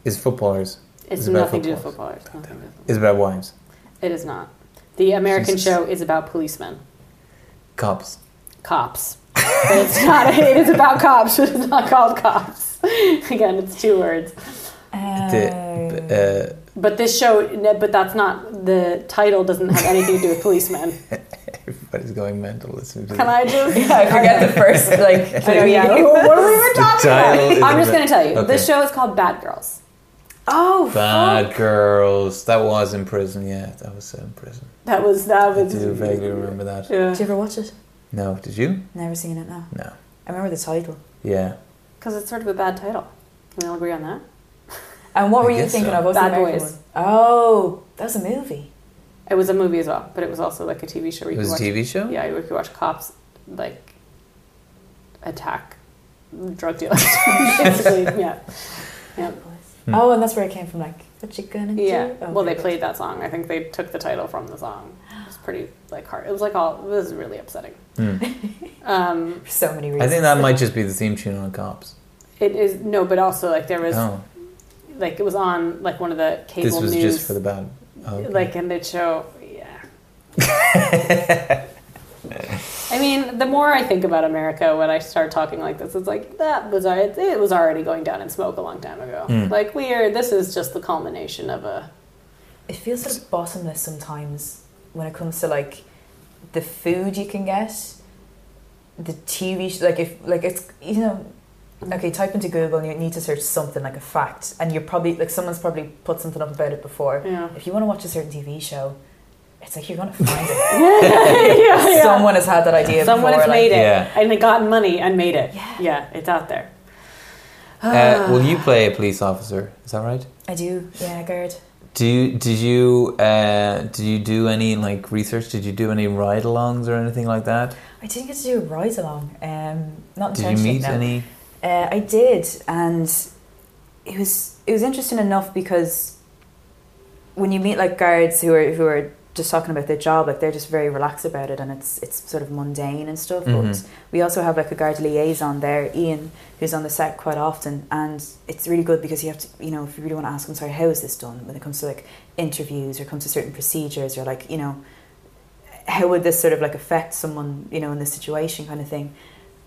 [SPEAKER 2] Is Footballers?
[SPEAKER 3] it's,
[SPEAKER 2] It's about
[SPEAKER 3] nothing to do with footballers. Nothing to do with
[SPEAKER 2] Is about wives?
[SPEAKER 3] football. It is not. The American
[SPEAKER 2] Jesus.
[SPEAKER 3] show is about policemen,
[SPEAKER 2] Cops.
[SPEAKER 3] cops. But it's not. It is about cops, but it's not called cops. Again, it's two words.
[SPEAKER 1] Uh, Oh.
[SPEAKER 2] The,
[SPEAKER 3] But this show, but that's not the title. Doesn't have anything to do with policemen.
[SPEAKER 2] uh, everybody's going mental listening to
[SPEAKER 3] Can
[SPEAKER 2] this.
[SPEAKER 3] I just?
[SPEAKER 1] yeah, I forget the first, like,
[SPEAKER 3] I know,
[SPEAKER 1] clue you
[SPEAKER 3] yeah.
[SPEAKER 1] gave.
[SPEAKER 3] What were we even
[SPEAKER 2] The
[SPEAKER 3] talking
[SPEAKER 2] title is
[SPEAKER 3] about? I'm just
[SPEAKER 2] about-
[SPEAKER 3] going to tell you.
[SPEAKER 2] Okay.
[SPEAKER 3] This show is called Bad Girls.
[SPEAKER 1] Oh,
[SPEAKER 2] Bad girls. That was in prison. Yeah, that was set in prison.
[SPEAKER 3] That was that
[SPEAKER 2] I
[SPEAKER 3] was.
[SPEAKER 2] do vaguely remember that.
[SPEAKER 3] Yeah.
[SPEAKER 1] Did you ever watch it?
[SPEAKER 2] No, did you?
[SPEAKER 1] Never seen it, no.
[SPEAKER 2] No.
[SPEAKER 1] I remember the title.
[SPEAKER 2] Yeah.
[SPEAKER 3] Because it's sort of a bad title. Can we all agree on that?
[SPEAKER 1] And what
[SPEAKER 2] I
[SPEAKER 1] were you
[SPEAKER 2] guess
[SPEAKER 1] thinking
[SPEAKER 2] so.
[SPEAKER 1] of? What was the
[SPEAKER 3] Bad
[SPEAKER 1] American
[SPEAKER 3] Boys.
[SPEAKER 1] one? Oh, that was a movie.
[SPEAKER 3] It was a movie as well, but it was also like a TV show. Where
[SPEAKER 2] It
[SPEAKER 3] you
[SPEAKER 2] was a
[SPEAKER 3] could watch,
[SPEAKER 2] TV show?
[SPEAKER 3] Yeah, you could watch cops like attack drug dealers. Basically, yeah.
[SPEAKER 2] Hmm.
[SPEAKER 1] Oh, and that's where it came from. Like, what you gonna
[SPEAKER 3] Yeah.
[SPEAKER 1] do? Oh,
[SPEAKER 3] well,
[SPEAKER 1] okay,
[SPEAKER 3] they
[SPEAKER 1] good.
[SPEAKER 3] played that song. I think they took the title from the song. It was pretty like hard. It was like all. It was really upsetting.
[SPEAKER 2] Hmm.
[SPEAKER 3] Um,
[SPEAKER 1] For so many
[SPEAKER 2] I
[SPEAKER 1] reasons.
[SPEAKER 2] think that might just be the theme tune on Cops.
[SPEAKER 3] it is no, but also like there was
[SPEAKER 2] Oh,
[SPEAKER 3] like it was on like one of the cable
[SPEAKER 2] this was
[SPEAKER 3] news.
[SPEAKER 2] just for the bad. Oh, okay.
[SPEAKER 3] Like in the show, yeah. I mean, the more I think about America when I start talking like this, it's like that was alre- it was already going down in smoke a long time ago.
[SPEAKER 2] Mm.
[SPEAKER 3] Like we are, this is just the culmination of a.
[SPEAKER 1] It feels sort of bottomless sometimes when it comes to like the food you can get, the TV sh- like if like it's you know okay type into Google and you need to search something like a fact and you're probably like someone's probably put something up about it before.
[SPEAKER 3] Yeah.
[SPEAKER 1] If you want to watch a certain TV show, it's like you're gonna find it.
[SPEAKER 3] yeah, yeah.
[SPEAKER 1] Someone has had that idea.
[SPEAKER 3] Someone
[SPEAKER 1] before,
[SPEAKER 3] has made it
[SPEAKER 2] Yeah.
[SPEAKER 3] and they got money and made it.
[SPEAKER 1] Yeah.
[SPEAKER 3] it's out there.
[SPEAKER 2] uh,
[SPEAKER 3] Ah.
[SPEAKER 2] will you play a police officer? Is that right?
[SPEAKER 1] I do. Yeah, Gerd.
[SPEAKER 2] Do you, did you uh, did you do any like research? Did you do any ride-alongs or anything like that?
[SPEAKER 1] I didn't get to do a ride along. Um, not
[SPEAKER 2] Did you
[SPEAKER 1] intentionally,
[SPEAKER 2] meet
[SPEAKER 1] no.
[SPEAKER 2] any?
[SPEAKER 1] Uh, I did, and it was it was interesting enough because when you meet like guards who are who are just talking about their job, like they're just very relaxed about it, and it's it's sort of mundane and stuff.
[SPEAKER 2] Mhm.
[SPEAKER 1] But we also have like a guard liaison there, Ian, who's on the set quite often, and it's really good because you have to, you know, if you really want to ask him, sorry, how is this done when it comes to like interviews or comes to certain procedures or like you know, how would this sort of like affect someone you know in this situation kind of thing,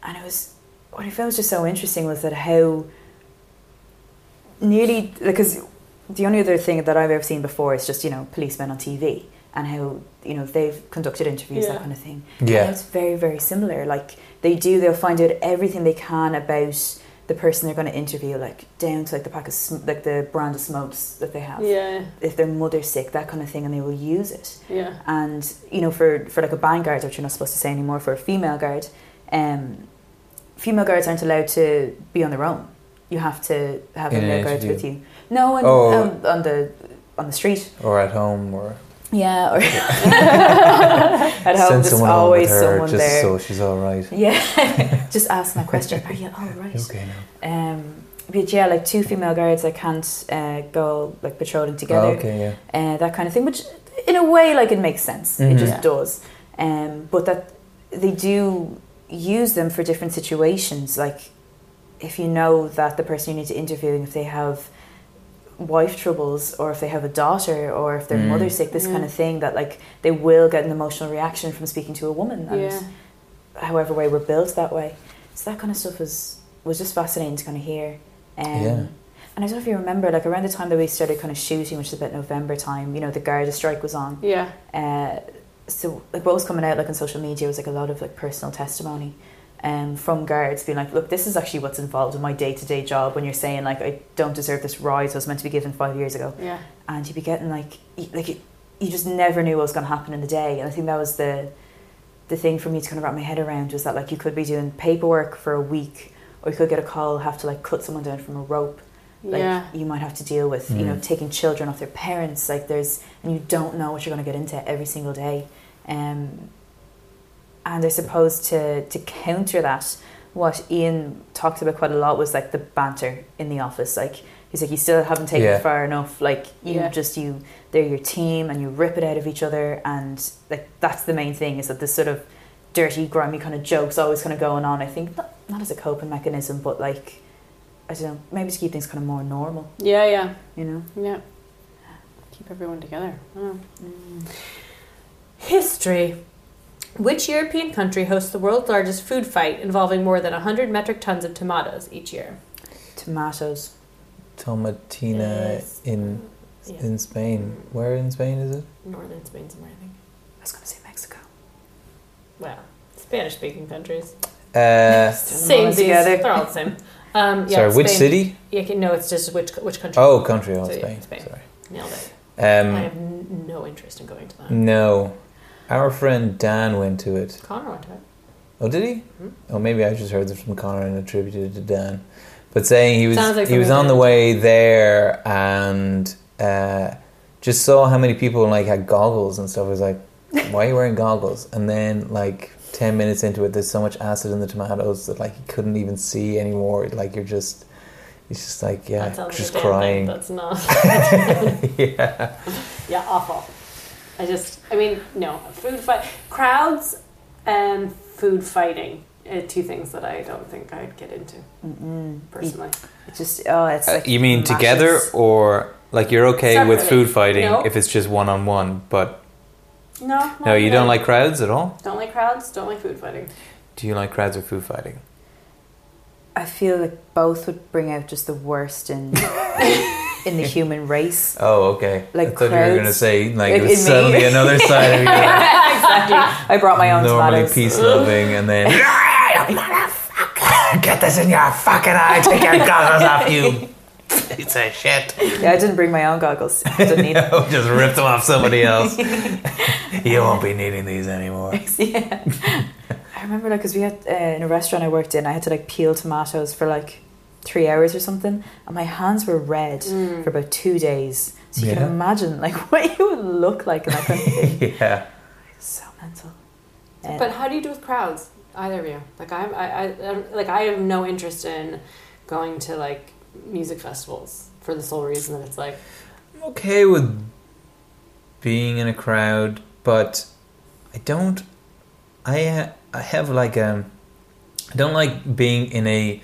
[SPEAKER 1] and it was what I found was just so interesting was that how nearly because the only other thing that I've ever seen before is just you know policemen on TV and how you know they've conducted interviews
[SPEAKER 3] Yeah.
[SPEAKER 1] that kind of thing. And
[SPEAKER 2] Yeah.
[SPEAKER 1] it's very very similar. Like they do, they'll find out everything they can about the person they're going to interview, like down to like the pack of sm- like the brand of smokes that they have,
[SPEAKER 3] Yeah,
[SPEAKER 1] if their mother's sick, that kind of thing, and they will use it
[SPEAKER 3] yeah.
[SPEAKER 1] and you know for for like a band guard which you're not supposed to say anymore for a female guard um female guards aren't allowed to be on their own you have to have a
[SPEAKER 2] In an
[SPEAKER 1] male guard
[SPEAKER 2] interview.
[SPEAKER 1] with you no and
[SPEAKER 2] Oh.
[SPEAKER 1] um, on the on the street
[SPEAKER 2] Or at home, or
[SPEAKER 1] yeah or at home
[SPEAKER 2] send
[SPEAKER 1] there's
[SPEAKER 2] someone home
[SPEAKER 1] always
[SPEAKER 2] with her
[SPEAKER 1] someone
[SPEAKER 2] just
[SPEAKER 1] there
[SPEAKER 2] so she's all right.
[SPEAKER 1] yeah just ask that question are you all right
[SPEAKER 2] Okay, now.
[SPEAKER 1] um but yeah like two female guards i can't uh, go like patrolling together
[SPEAKER 2] Oh, okay, yeah.
[SPEAKER 1] uh, that kind of thing, which in a way, like it makes sense.
[SPEAKER 2] Mhm.
[SPEAKER 1] It just
[SPEAKER 3] Yeah.
[SPEAKER 1] does. Um, but that they do use them for different situations. Like if you know that the person you need to interview, if they have wife troubles or if they have a daughter or if their
[SPEAKER 2] Mm.
[SPEAKER 1] mother's sick, this
[SPEAKER 3] Yeah.
[SPEAKER 1] kind of thing, that like they will get an emotional reaction from speaking to a woman. And
[SPEAKER 3] yeah.
[SPEAKER 1] however way we're built that way. So that kind of stuff was was just fascinating to kind of hear. Um,
[SPEAKER 2] Yeah.
[SPEAKER 1] And I don't know if you remember, like around the time that we started kind of shooting, which is about November time, you know, the Garda strike was on.
[SPEAKER 3] Yeah.
[SPEAKER 1] Uh, so like what was coming out like on social media was like a lot of like personal testimony um, from guards being like, look, this is actually what's involved in my day to day job when you're saying like I don't deserve this rise I was meant to be given five years ago
[SPEAKER 3] Yeah.
[SPEAKER 1] and you'd be getting like y- like it, you just never knew what was going to happen in the day and i think that was the the thing for me to kind of wrap my head around was that like you could be doing paperwork for a week or you could get a call have to like cut someone down from a rope like
[SPEAKER 3] yeah.
[SPEAKER 1] you might have to deal with you know
[SPEAKER 2] Mm.
[SPEAKER 1] taking children off their parents like there's and you don't know what you're going to get into every single day um, and i suppose to to counter that what ian talked about quite a lot was like the banter in the office like he's like you still haven't taken
[SPEAKER 2] Yeah.
[SPEAKER 1] it far enough like you
[SPEAKER 3] Yeah.
[SPEAKER 1] just you they're your team and you rip it out of each other and like that's the main thing is that this sort of dirty grimy kind of jokes always kind of going on i think not, not as a coping mechanism but like i don't know maybe to keep things kind of more normal
[SPEAKER 3] Yeah. Yeah.
[SPEAKER 1] you know
[SPEAKER 3] Yeah. Keep everyone together. Oh. History. Which European country hosts the world's largest food fight involving more than 100 metric tons of tomatoes each year?
[SPEAKER 1] tomatoes
[SPEAKER 2] Tomatina
[SPEAKER 3] Yes.
[SPEAKER 2] uh, in
[SPEAKER 3] Yeah.
[SPEAKER 2] in Spain. Where in Spain is it?
[SPEAKER 3] Northern Spain somewhere, I think.
[SPEAKER 1] i was going to say mexico
[SPEAKER 3] Well, Spanish speaking countries.
[SPEAKER 2] Uh,
[SPEAKER 1] them all
[SPEAKER 3] Same together.
[SPEAKER 1] together.
[SPEAKER 3] They're all the same. Um, yeah,
[SPEAKER 2] sorry, which
[SPEAKER 3] Spain.
[SPEAKER 2] city?
[SPEAKER 3] Yeah, okay, no, it's just which which country.
[SPEAKER 2] Oh, country. Oh,
[SPEAKER 3] So, yeah,
[SPEAKER 2] Spain.
[SPEAKER 3] Spain.
[SPEAKER 2] Sorry.
[SPEAKER 3] Nailed it. I
[SPEAKER 2] Um,
[SPEAKER 3] have n- no interest in going to that.
[SPEAKER 2] no, our friend Dan went to it.
[SPEAKER 3] Connor went to it.
[SPEAKER 2] Oh, did he?
[SPEAKER 3] Mhm.
[SPEAKER 2] Oh, maybe I just heard this from Connor and attributed it to Dan. But saying he was
[SPEAKER 3] Sounds like
[SPEAKER 2] he was
[SPEAKER 3] something
[SPEAKER 2] on
[SPEAKER 3] Dan
[SPEAKER 2] the
[SPEAKER 3] would
[SPEAKER 2] way there and uh, just saw how many people like had goggles and stuff. I was like, why are you wearing goggles? And then like ten minutes into it, there's so much acid in the tomatoes that like he couldn't even see anymore. Like you're just, it's just like yeah,
[SPEAKER 3] that sounds like
[SPEAKER 2] just
[SPEAKER 3] a damn thing.
[SPEAKER 2] crying.
[SPEAKER 3] That's not.
[SPEAKER 2] yeah,
[SPEAKER 3] Yeah, awful. I just, I mean, no. Food fight, crowds and food fighting are two things that I don't think I'd get into
[SPEAKER 1] Mm-mm.
[SPEAKER 3] personally.
[SPEAKER 2] Mm.
[SPEAKER 1] It's just oh it's like
[SPEAKER 2] Uh, you mean
[SPEAKER 1] mashes.
[SPEAKER 2] together or like you're okay with
[SPEAKER 3] Separately.
[SPEAKER 2] food fighting
[SPEAKER 3] No.
[SPEAKER 2] if it's just one on one, but
[SPEAKER 3] No, not
[SPEAKER 2] No, you don't
[SPEAKER 3] really.
[SPEAKER 2] like crowds at all?
[SPEAKER 3] Don't like crowds. Don't like food fighting.
[SPEAKER 2] Do you like crowds or food fighting?
[SPEAKER 1] i feel like both would bring out just the worst in in the human race
[SPEAKER 2] Oh, okay.
[SPEAKER 1] Like
[SPEAKER 2] I thought you were
[SPEAKER 1] crowds-
[SPEAKER 2] going to say, like, it
[SPEAKER 1] like
[SPEAKER 2] was
[SPEAKER 1] in me.
[SPEAKER 2] suddenly another side of you. like,
[SPEAKER 1] exactly i brought my own
[SPEAKER 2] normally
[SPEAKER 1] tomatoes
[SPEAKER 2] peace loving, and then. Get this in your fucking eye, take your goggles off, you piece of shit.
[SPEAKER 1] yeah i didn't bring my own goggles i didn't need
[SPEAKER 2] Oh, just rip them off somebody else. you won't be needing these anymore.
[SPEAKER 1] yeah. I remember like because we had uh, in a restaurant I worked in, I had to like peel tomatoes for like three hours or something, and my hands were red
[SPEAKER 3] Mm.
[SPEAKER 1] for
[SPEAKER 2] Mm.
[SPEAKER 1] about two days. So you
[SPEAKER 2] Yeah.
[SPEAKER 1] can imagine like what you would look like in that kind of thing.
[SPEAKER 2] Yeah.
[SPEAKER 1] so mental. Uh,
[SPEAKER 3] Mm. But how do you do with crowds? Either of you? Like I'm, I, I, I'm, like I have no interest in going to like music festivals for the sole reason that it's like
[SPEAKER 2] I'm okay with being in a crowd, but I don't. I ha- I have like um, I don't like being in a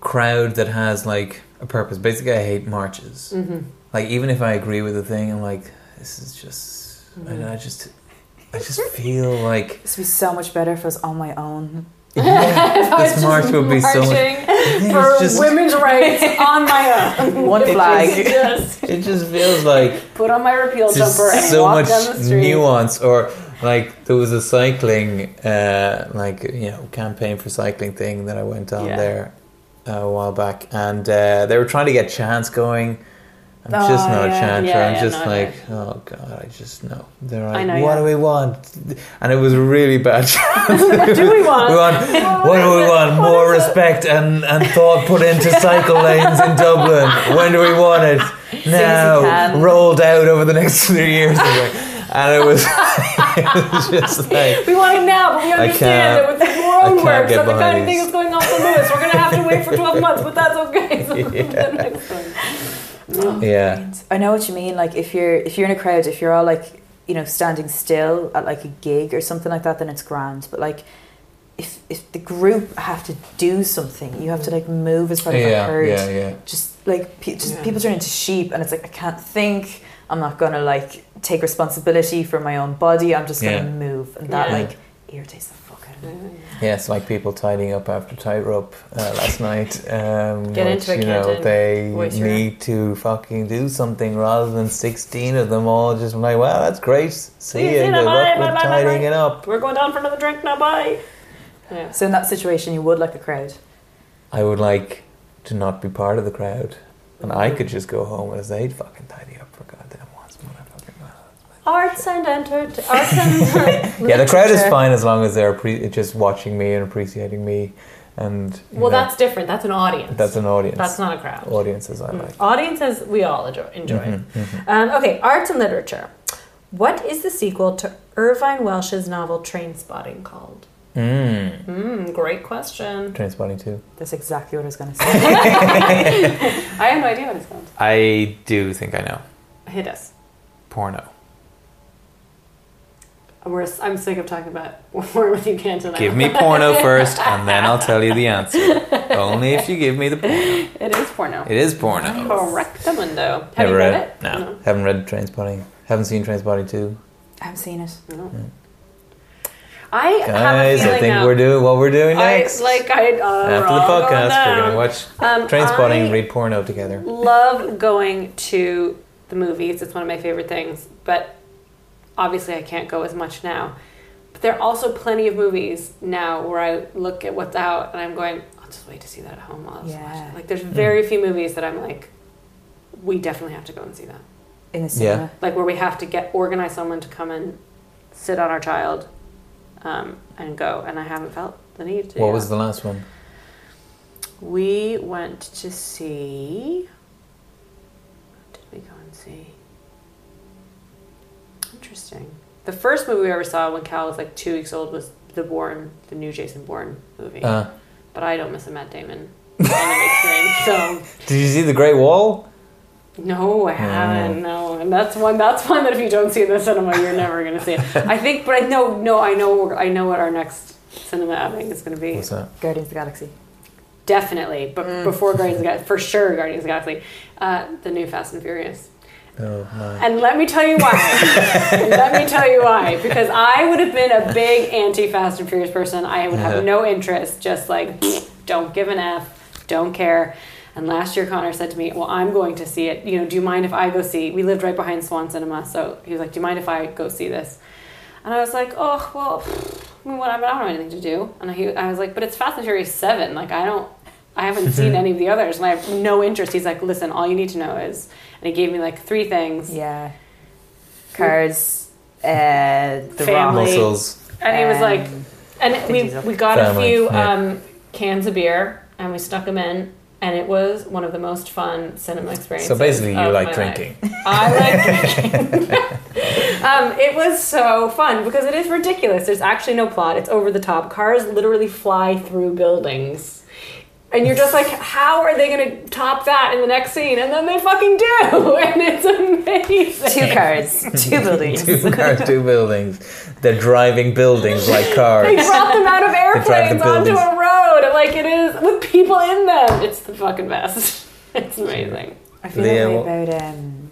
[SPEAKER 2] crowd that has like a purpose. Basically, I hate marches.
[SPEAKER 3] mm-hmm.
[SPEAKER 2] Like even if I agree with the thing, I'm like, this is just. I don't know, I just, I just feel like
[SPEAKER 1] this would be so much better if I was on my own.
[SPEAKER 2] yeah, this march would be so much. I think
[SPEAKER 3] for
[SPEAKER 2] it's just-
[SPEAKER 3] women's rights on my own.
[SPEAKER 1] One
[SPEAKER 3] It
[SPEAKER 1] flag.
[SPEAKER 3] was just
[SPEAKER 2] It just feels like
[SPEAKER 3] put on my repeal
[SPEAKER 2] There's
[SPEAKER 3] jumper and
[SPEAKER 2] so
[SPEAKER 3] walk
[SPEAKER 2] much
[SPEAKER 3] down the street.
[SPEAKER 2] nuance or like there was a cycling uh like you know campaign for cycling thing that i went on
[SPEAKER 3] Yeah.
[SPEAKER 2] there uh, a while back and uh they were trying to get chance going i'm
[SPEAKER 1] Oh,
[SPEAKER 2] just not a
[SPEAKER 1] yeah.
[SPEAKER 2] chanter
[SPEAKER 3] Yeah,
[SPEAKER 2] i'm
[SPEAKER 3] yeah,
[SPEAKER 2] just
[SPEAKER 3] no, I know.
[SPEAKER 2] like oh god i just know they're
[SPEAKER 3] I
[SPEAKER 2] like
[SPEAKER 3] know,
[SPEAKER 2] what
[SPEAKER 3] yeah.
[SPEAKER 2] do we want and it was a really bad
[SPEAKER 3] What do we want?
[SPEAKER 2] we want what do we want? More respect and, and thought put into cycle lanes in Dublin. When do we want it? Now,
[SPEAKER 1] can.
[SPEAKER 2] rolled out over the next three years. And it was, it was just like,
[SPEAKER 3] We want it now, but we understand
[SPEAKER 2] can't-
[SPEAKER 3] that with the
[SPEAKER 2] I
[SPEAKER 3] world
[SPEAKER 2] can't
[SPEAKER 3] works
[SPEAKER 2] get
[SPEAKER 3] and the kind of
[SPEAKER 2] behind
[SPEAKER 3] thing
[SPEAKER 2] these.
[SPEAKER 3] that's going on for Lewis, we're going to have to wait for 12 months, but that's okay. So the next one.
[SPEAKER 2] yeah.
[SPEAKER 1] I know what you mean. Like if you're if you're in a crowd, if you're all like you know standing still at like a gig or something like that, then it's grand. But like if if the group have to do something, you have to like move as part of a
[SPEAKER 2] yeah,
[SPEAKER 1] herd.
[SPEAKER 2] yeah, yeah.
[SPEAKER 1] Just like pe- just
[SPEAKER 3] Yeah.
[SPEAKER 1] people turn into sheep, and it's like I can't think. I'm not gonna like take responsibility for my own body. I'm just gonna
[SPEAKER 2] Yeah.
[SPEAKER 1] move, and that
[SPEAKER 3] Yeah.
[SPEAKER 1] like irritates the fuck out of me.
[SPEAKER 2] Yeah, it's like people tidying up after tightrope uh, last night. Um,
[SPEAKER 4] Get
[SPEAKER 2] which,
[SPEAKER 4] into it,
[SPEAKER 2] you know,
[SPEAKER 4] Kenton.
[SPEAKER 2] they
[SPEAKER 4] Voice your-
[SPEAKER 2] need to fucking do something rather than sixteen of them all just like, wow, that's great. See
[SPEAKER 3] you,
[SPEAKER 2] ya.
[SPEAKER 3] see
[SPEAKER 2] Good luck
[SPEAKER 3] ya, bye, bye,
[SPEAKER 2] with
[SPEAKER 3] bye, bye,
[SPEAKER 2] tidying
[SPEAKER 3] bye."
[SPEAKER 2] it up.
[SPEAKER 3] We're going down for another drink now. Bye. Yeah.
[SPEAKER 1] So in that situation, you would like a crowd.
[SPEAKER 2] I would like to not be part of the crowd, and I could just go home as they'd fucking tidy up for goddamn once, motherfucking. well.
[SPEAKER 3] Arts and entertainment. Arts and
[SPEAKER 2] Yeah, the crowd is
[SPEAKER 3] literature.
[SPEAKER 2] fine as long as they're appre- just watching me and appreciating me, and you
[SPEAKER 4] Well,
[SPEAKER 2] know,
[SPEAKER 4] that's different. That's an audience.
[SPEAKER 2] that's an audience.
[SPEAKER 4] That's not Mm. a crowd.
[SPEAKER 2] audiences I like.
[SPEAKER 4] Audiences we all enjoy. enjoy.
[SPEAKER 2] Mhm, mhm.
[SPEAKER 4] Um, okay, arts and literature. What is the sequel to Irvine Welsh's novel Train Spotting called?
[SPEAKER 2] Mm.
[SPEAKER 4] Hmm, great question.
[SPEAKER 2] Trainspotting too.
[SPEAKER 1] That's exactly what I was gonna say.
[SPEAKER 3] I have no idea what it's called.
[SPEAKER 2] I do think I know.
[SPEAKER 3] Hit us.
[SPEAKER 2] Porno.
[SPEAKER 3] We're, I'm sick of talking about we're with you, Canton.
[SPEAKER 2] Give me porno first, and then I'll tell you the answer. Only if you give me the porno.
[SPEAKER 3] It is porno.
[SPEAKER 2] It is porno.
[SPEAKER 3] Correctamundo. Have
[SPEAKER 2] Never
[SPEAKER 3] you read,
[SPEAKER 2] read
[SPEAKER 3] it?
[SPEAKER 2] No. Haven't read Trainspotting. Haven't seen Trainspotting 2.
[SPEAKER 1] I haven't seen it.
[SPEAKER 3] No. I have a
[SPEAKER 2] Guys,
[SPEAKER 3] feeling
[SPEAKER 2] I think
[SPEAKER 3] now-
[SPEAKER 2] we're doing what we're doing
[SPEAKER 3] I,
[SPEAKER 2] next.
[SPEAKER 3] like I uh,
[SPEAKER 2] After the
[SPEAKER 3] wrong on
[SPEAKER 2] podcast, we're
[SPEAKER 3] them.
[SPEAKER 2] going to watch
[SPEAKER 3] Um,
[SPEAKER 2] Trainspotting
[SPEAKER 3] I-
[SPEAKER 2] and read porno together.
[SPEAKER 3] love going to the movies. It's one of my favorite things, but obviously I can't go as much now. But there are also plenty of movies now where I look at what's out and I'm going, I'll just wait to see that at home. I'll just watch
[SPEAKER 1] Yeah.
[SPEAKER 3] it. Like there's very few movies that I'm like, we definitely have to go and see that.
[SPEAKER 1] In the cinema.
[SPEAKER 3] Like where we have to get organize someone to come and sit on our child um, and go. And I haven't felt the need to.
[SPEAKER 2] What was the last one?
[SPEAKER 3] We went to see. What did we go and see? Interesting. The first movie we ever saw when Cal was like two weeks old was the Bourne, the new Jason Bourne movie.
[SPEAKER 2] Uh,
[SPEAKER 3] but I don't miss a Matt Damon. animated thing,
[SPEAKER 2] did you see The Great Wall?
[SPEAKER 3] so no,
[SPEAKER 2] Uh.
[SPEAKER 3] I haven't. No, and that's one. That's one that if you don't see it in the cinema, you're never gonna see it. I think, but I know, no, I know, I know what our next cinema outing is gonna be.
[SPEAKER 2] What's that?
[SPEAKER 1] Guardians of the Galaxy.
[SPEAKER 3] Definitely, but before Guardians of the Galaxy, for sure, Guardians of the Galaxy, uh, the new Fast and Furious.
[SPEAKER 2] Oh, no.
[SPEAKER 3] And let me tell you why. let me tell you why. Because I would have been a big anti Fast and Furious person. I would
[SPEAKER 2] Yeah.
[SPEAKER 3] have no interest, just like, don't give an F, don't care. And last year, Connor said to me, Well, I'm going to see it. You know, do you mind if I go see? We lived right behind Swan Cinema, so he was like, Do you mind if I go see this? And I was like, Oh, well, I mean, what, I don't have anything to do. And he, I was like, But it's Fast and Furious 7. Like, I don't. I haven't seen any of the others, and I have no interest. He's like, "Listen, all you need to know is," and he gave me like three things.
[SPEAKER 1] Yeah. Cars. Uh, the
[SPEAKER 3] Family.
[SPEAKER 1] Rock.
[SPEAKER 2] Muscles.
[SPEAKER 3] And he was like,
[SPEAKER 1] Um,
[SPEAKER 4] And
[SPEAKER 1] Vin
[SPEAKER 4] we,
[SPEAKER 1] Diesel.
[SPEAKER 4] we got
[SPEAKER 2] Family,
[SPEAKER 4] a few
[SPEAKER 2] yeah.
[SPEAKER 4] um, cans of beer and we stuck them in, and it was one of the most fun cinema experiences.
[SPEAKER 2] So basically,
[SPEAKER 3] oh
[SPEAKER 2] you
[SPEAKER 4] of
[SPEAKER 2] like
[SPEAKER 4] my
[SPEAKER 2] drinking.
[SPEAKER 4] life. I like drinking. um, it was so fun because it is ridiculous. There's actually no plot, it's over the top. Cars literally fly through buildings. And you're just like, how are they going to top that in the next scene? And then they fucking do, and it's amazing.
[SPEAKER 1] Two cars. Two buildings.
[SPEAKER 2] Two cars, two buildings. They're driving buildings like cars.
[SPEAKER 4] They brought them out of
[SPEAKER 2] drive the
[SPEAKER 4] airplanes onto
[SPEAKER 2] buildings.
[SPEAKER 4] a road. Like it is with people in them. It's the fucking best. It's amazing.
[SPEAKER 1] I feel
[SPEAKER 2] Yeah,
[SPEAKER 1] that way about um,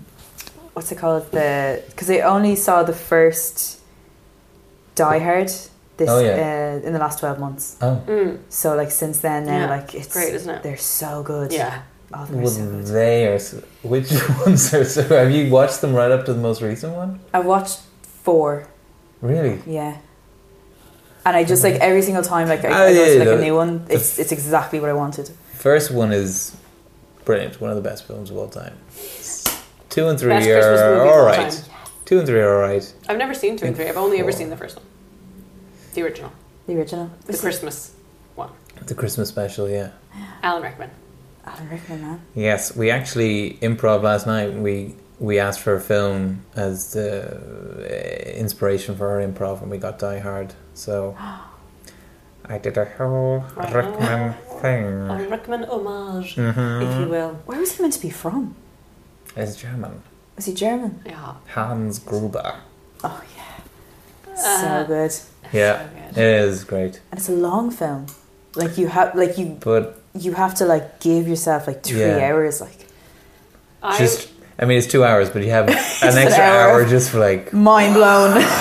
[SPEAKER 1] what's it called? The because I only saw the first Die Hard this
[SPEAKER 2] Oh, yeah.
[SPEAKER 1] uh, in the last twelve months.
[SPEAKER 2] Oh,
[SPEAKER 3] Mm,
[SPEAKER 1] So like since then, now
[SPEAKER 3] Yeah,
[SPEAKER 1] like it's
[SPEAKER 3] great, isn't it?
[SPEAKER 1] They're so good.
[SPEAKER 3] Yeah.
[SPEAKER 1] all of them are
[SPEAKER 2] well,
[SPEAKER 1] so good.
[SPEAKER 2] they are. So, which ones are so? Have you watched them right up to the most recent one?
[SPEAKER 1] I watched four.
[SPEAKER 2] Really?
[SPEAKER 1] Yeah. And I just like every single time, like I,
[SPEAKER 2] Mm-hmm. Oh,
[SPEAKER 1] I go
[SPEAKER 2] yeah,
[SPEAKER 1] to like
[SPEAKER 2] the-
[SPEAKER 1] a new one. It's it's exactly what I wanted.
[SPEAKER 2] First one is brilliant. One of the best films of all time. Two and three
[SPEAKER 3] Best Christmas
[SPEAKER 2] are
[SPEAKER 3] movies of all
[SPEAKER 2] all
[SPEAKER 3] time.
[SPEAKER 2] right. Two and three are all right.
[SPEAKER 3] I've never seen two and three. I've only ever seen the first one, the original,
[SPEAKER 1] The original.
[SPEAKER 3] the Christmas.
[SPEAKER 2] The Christmas special, yeah.
[SPEAKER 3] Alan Rickman.
[SPEAKER 1] I don't reckon that.
[SPEAKER 2] Yes, we actually improv last night. We we asked for a film as the uh, inspiration for our improv, and we got Die Hard. So I did a whole
[SPEAKER 3] Wow.
[SPEAKER 2] Rickman thing.
[SPEAKER 3] Alan Rickman homage, if you
[SPEAKER 2] Mm-hmm.
[SPEAKER 3] will.
[SPEAKER 1] Where was he meant to be from?
[SPEAKER 2] It's German.
[SPEAKER 1] Was he German?
[SPEAKER 3] Yeah.
[SPEAKER 2] Hans Gruber.
[SPEAKER 1] Oh yeah.
[SPEAKER 3] Uh,
[SPEAKER 1] so good.
[SPEAKER 2] Yeah, it is great.
[SPEAKER 1] and it's a long film. Like you have, like you,
[SPEAKER 2] But
[SPEAKER 1] you have to like give yourself like three
[SPEAKER 2] Yeah.
[SPEAKER 1] hours, like
[SPEAKER 3] I,
[SPEAKER 2] just, I mean, it's two hours, but you have an
[SPEAKER 1] an
[SPEAKER 2] extra
[SPEAKER 1] hour.
[SPEAKER 2] hour just for like
[SPEAKER 1] mind blown.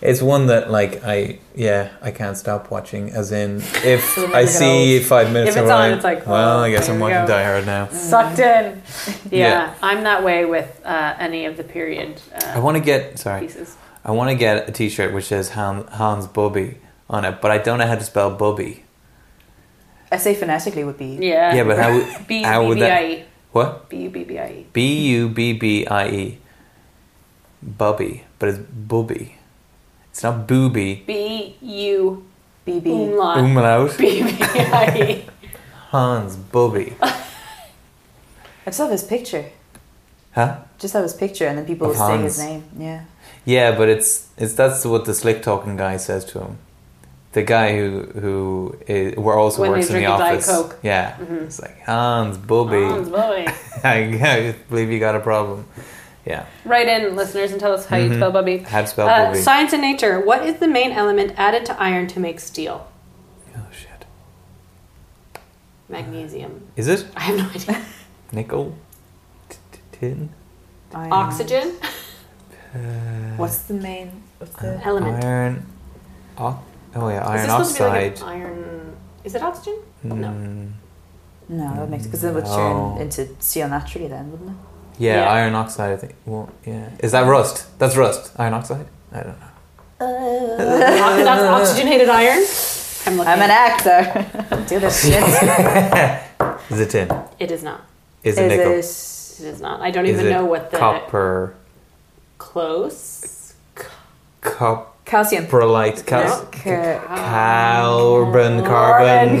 [SPEAKER 2] It's one that like I yeah I can't stop watching. As in, if
[SPEAKER 1] So we
[SPEAKER 2] I
[SPEAKER 1] never
[SPEAKER 2] see five minutes,
[SPEAKER 3] If it's
[SPEAKER 2] of
[SPEAKER 3] on,
[SPEAKER 2] it,
[SPEAKER 3] it's like,
[SPEAKER 2] well,
[SPEAKER 3] oh,
[SPEAKER 2] I guess
[SPEAKER 3] there
[SPEAKER 2] I'm
[SPEAKER 3] we
[SPEAKER 2] watching
[SPEAKER 3] go.
[SPEAKER 2] Die Hard now.
[SPEAKER 3] sucked in. Yeah,
[SPEAKER 2] Yeah.
[SPEAKER 3] I'm that way with uh, any of the period uh,
[SPEAKER 2] I want to get sorry,
[SPEAKER 3] pieces.
[SPEAKER 2] I want to get a T-shirt which says Han, Hans Bobby on it, but I don't know how to spell Bobby.
[SPEAKER 1] I say phonetically would be
[SPEAKER 3] Yeah.
[SPEAKER 2] yeah, but how would-
[SPEAKER 3] B
[SPEAKER 2] how
[SPEAKER 3] U B
[SPEAKER 2] would
[SPEAKER 3] B I
[SPEAKER 2] that
[SPEAKER 3] E.
[SPEAKER 2] what
[SPEAKER 3] B U B B I E.
[SPEAKER 2] B U B B I E Bubby, but it's Bubby. It's not booby.
[SPEAKER 3] B U
[SPEAKER 1] BB.
[SPEAKER 3] umlaut.
[SPEAKER 2] Umlaut
[SPEAKER 3] B B I E.
[SPEAKER 2] Hans Bobby,
[SPEAKER 1] I just have his picture.
[SPEAKER 2] huh?
[SPEAKER 1] Just have his picture, and then people
[SPEAKER 2] Of
[SPEAKER 1] will say his
[SPEAKER 2] Hans.
[SPEAKER 1] name. Yeah.
[SPEAKER 2] Yeah, but it's it's that's what the slick talking guy says to him. The guy who who is, where also
[SPEAKER 3] When
[SPEAKER 2] works in
[SPEAKER 3] he's
[SPEAKER 2] the
[SPEAKER 3] drinking Diet
[SPEAKER 2] office.
[SPEAKER 3] Coke. Mm-hmm.
[SPEAKER 2] Yeah, it's like Hans Bobby.
[SPEAKER 3] Hans Bobby.
[SPEAKER 2] I can't believe you got a problem. Yeah,
[SPEAKER 3] Write in, listeners, and tell us how you spell Bubby.
[SPEAKER 2] Mm-hmm. how to spell
[SPEAKER 3] Uh,
[SPEAKER 2] Bobby?
[SPEAKER 3] science and nature. What is the main element added to iron to make steel?
[SPEAKER 2] oh shit,
[SPEAKER 3] Magnesium.
[SPEAKER 2] is it
[SPEAKER 3] I have no idea.
[SPEAKER 2] nickel? T- t- Tin?
[SPEAKER 1] Iron.
[SPEAKER 3] Oxygen.
[SPEAKER 1] um, What's the main? What's the?
[SPEAKER 3] Element.
[SPEAKER 2] Uh, Iron. o- oh yeah,
[SPEAKER 3] Is
[SPEAKER 2] iron
[SPEAKER 3] this supposed
[SPEAKER 2] oxide.
[SPEAKER 3] to be like an iron? Is it oxygen? No.
[SPEAKER 2] Mm,
[SPEAKER 1] No, that makes because then it would
[SPEAKER 2] No.
[SPEAKER 1] turn into steel naturally, then wouldn't it?
[SPEAKER 2] yeah,
[SPEAKER 3] Yeah.
[SPEAKER 2] iron oxide. I think. Well, yeah, is that rust? That's rust. Iron oxide. I don't know.
[SPEAKER 3] Uh. Ox- That's oxygenated iron. I'm looking.
[SPEAKER 1] I'm an actor. Don't do this shit.
[SPEAKER 2] Is it tin?
[SPEAKER 3] it is not.
[SPEAKER 2] Is it nickel?
[SPEAKER 1] Is
[SPEAKER 3] It
[SPEAKER 1] it?
[SPEAKER 3] is not. I don't
[SPEAKER 2] Is
[SPEAKER 3] even
[SPEAKER 2] it
[SPEAKER 3] know what the
[SPEAKER 2] copper
[SPEAKER 3] close.
[SPEAKER 2] coprolite
[SPEAKER 1] Calcium.
[SPEAKER 2] cal-
[SPEAKER 1] Ca-
[SPEAKER 2] carbon, carbon,
[SPEAKER 3] Carbon,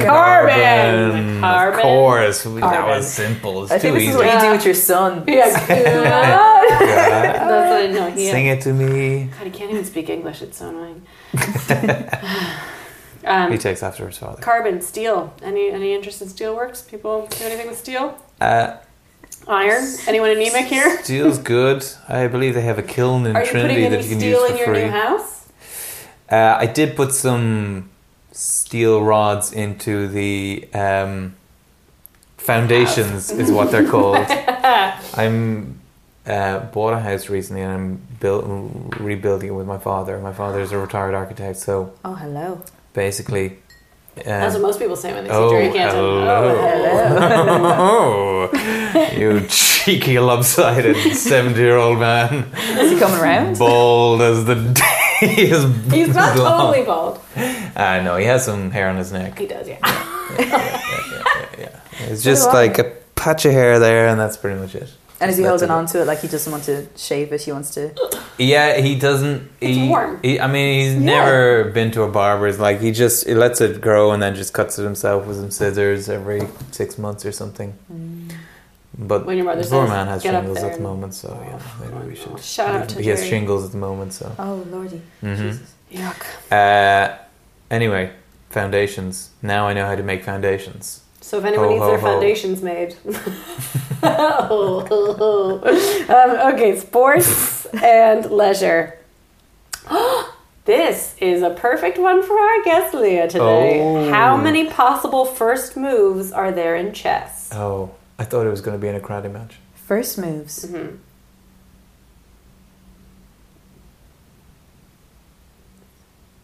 [SPEAKER 2] carbon,
[SPEAKER 3] carbon, carbon.
[SPEAKER 2] Of course, we- that
[SPEAKER 3] Carbon.
[SPEAKER 2] was simple. It's
[SPEAKER 1] I
[SPEAKER 2] too
[SPEAKER 1] think this is
[SPEAKER 2] easy.
[SPEAKER 1] what you do
[SPEAKER 3] Yeah.
[SPEAKER 1] with your son.
[SPEAKER 3] Yeah, good.
[SPEAKER 2] Yeah.
[SPEAKER 3] That's what I know. He
[SPEAKER 2] Sing it to me.
[SPEAKER 3] God, he can't even speak English. It's so annoying.
[SPEAKER 2] He
[SPEAKER 3] um,
[SPEAKER 2] takes after his father.
[SPEAKER 3] carbon, steel. Any any interest in steel works? People do anything with steel?
[SPEAKER 2] Uh,
[SPEAKER 3] Iron. Anyone anemic here?
[SPEAKER 2] steel's good. I believe they have a kiln in
[SPEAKER 3] Are you
[SPEAKER 2] Trinity
[SPEAKER 3] putting
[SPEAKER 2] that
[SPEAKER 3] any
[SPEAKER 2] you can
[SPEAKER 3] steel
[SPEAKER 2] use
[SPEAKER 3] in
[SPEAKER 2] for
[SPEAKER 3] your
[SPEAKER 2] free.
[SPEAKER 3] new house?
[SPEAKER 2] Uh, I did put some steel rods into the um, foundations, is what they're called. I'm uh, bought a house recently, and I'm built rebuilding it with my father. My father is a retired architect, so
[SPEAKER 1] Oh, hello.
[SPEAKER 2] basically.
[SPEAKER 3] That's what
[SPEAKER 2] Um,
[SPEAKER 3] most people say when they see
[SPEAKER 2] oh,
[SPEAKER 3] Jerry Oh, Canton.
[SPEAKER 2] hello. you cheeky, lopsided 70 year old man.
[SPEAKER 1] Is he coming around?
[SPEAKER 2] Bald as the day is
[SPEAKER 3] He's not
[SPEAKER 2] long.
[SPEAKER 3] totally bald.
[SPEAKER 2] I know Ah, he has some hair on his neck.
[SPEAKER 3] He does, yeah.
[SPEAKER 2] It's
[SPEAKER 1] do
[SPEAKER 2] just
[SPEAKER 1] I.
[SPEAKER 2] like a patch of hair there, and that's pretty much it.
[SPEAKER 1] And is he
[SPEAKER 2] That's
[SPEAKER 1] holding
[SPEAKER 2] it.
[SPEAKER 1] on to it like he doesn't want to shave it? He wants to.
[SPEAKER 2] Yeah, he doesn't.
[SPEAKER 3] It's
[SPEAKER 2] he,
[SPEAKER 3] warm.
[SPEAKER 2] he- I mean, he's
[SPEAKER 3] Yeah.
[SPEAKER 2] never been to a barber. It's like he just he lets it grow and then just cuts it himself with some scissors every six months or something.
[SPEAKER 1] Mm.
[SPEAKER 2] But
[SPEAKER 3] When your mother
[SPEAKER 2] the poor
[SPEAKER 3] says,
[SPEAKER 2] man has
[SPEAKER 3] "Get up
[SPEAKER 2] shingles
[SPEAKER 3] there
[SPEAKER 2] at the
[SPEAKER 3] and- Oh,
[SPEAKER 2] moment, so yeah, maybe we should.
[SPEAKER 3] Shout out to
[SPEAKER 2] he has
[SPEAKER 3] Jerry.
[SPEAKER 2] shingles at the moment, so.
[SPEAKER 1] Oh lordy.
[SPEAKER 2] Mhm.
[SPEAKER 1] Jesus.
[SPEAKER 3] Yuck.
[SPEAKER 2] Uh, anyway, foundations. Now I know how to make foundations.
[SPEAKER 3] So if anyone
[SPEAKER 2] Ho,
[SPEAKER 3] needs
[SPEAKER 2] ho,
[SPEAKER 3] their
[SPEAKER 2] ho.
[SPEAKER 3] foundations made. um, okay, sports and leisure. this is a perfect one for our guest, Leah, today.
[SPEAKER 2] Oh.
[SPEAKER 3] How many possible first moves are there in chess?
[SPEAKER 2] Oh, I thought it was going to be in a karate match.
[SPEAKER 1] First moves.
[SPEAKER 3] Mm-hmm.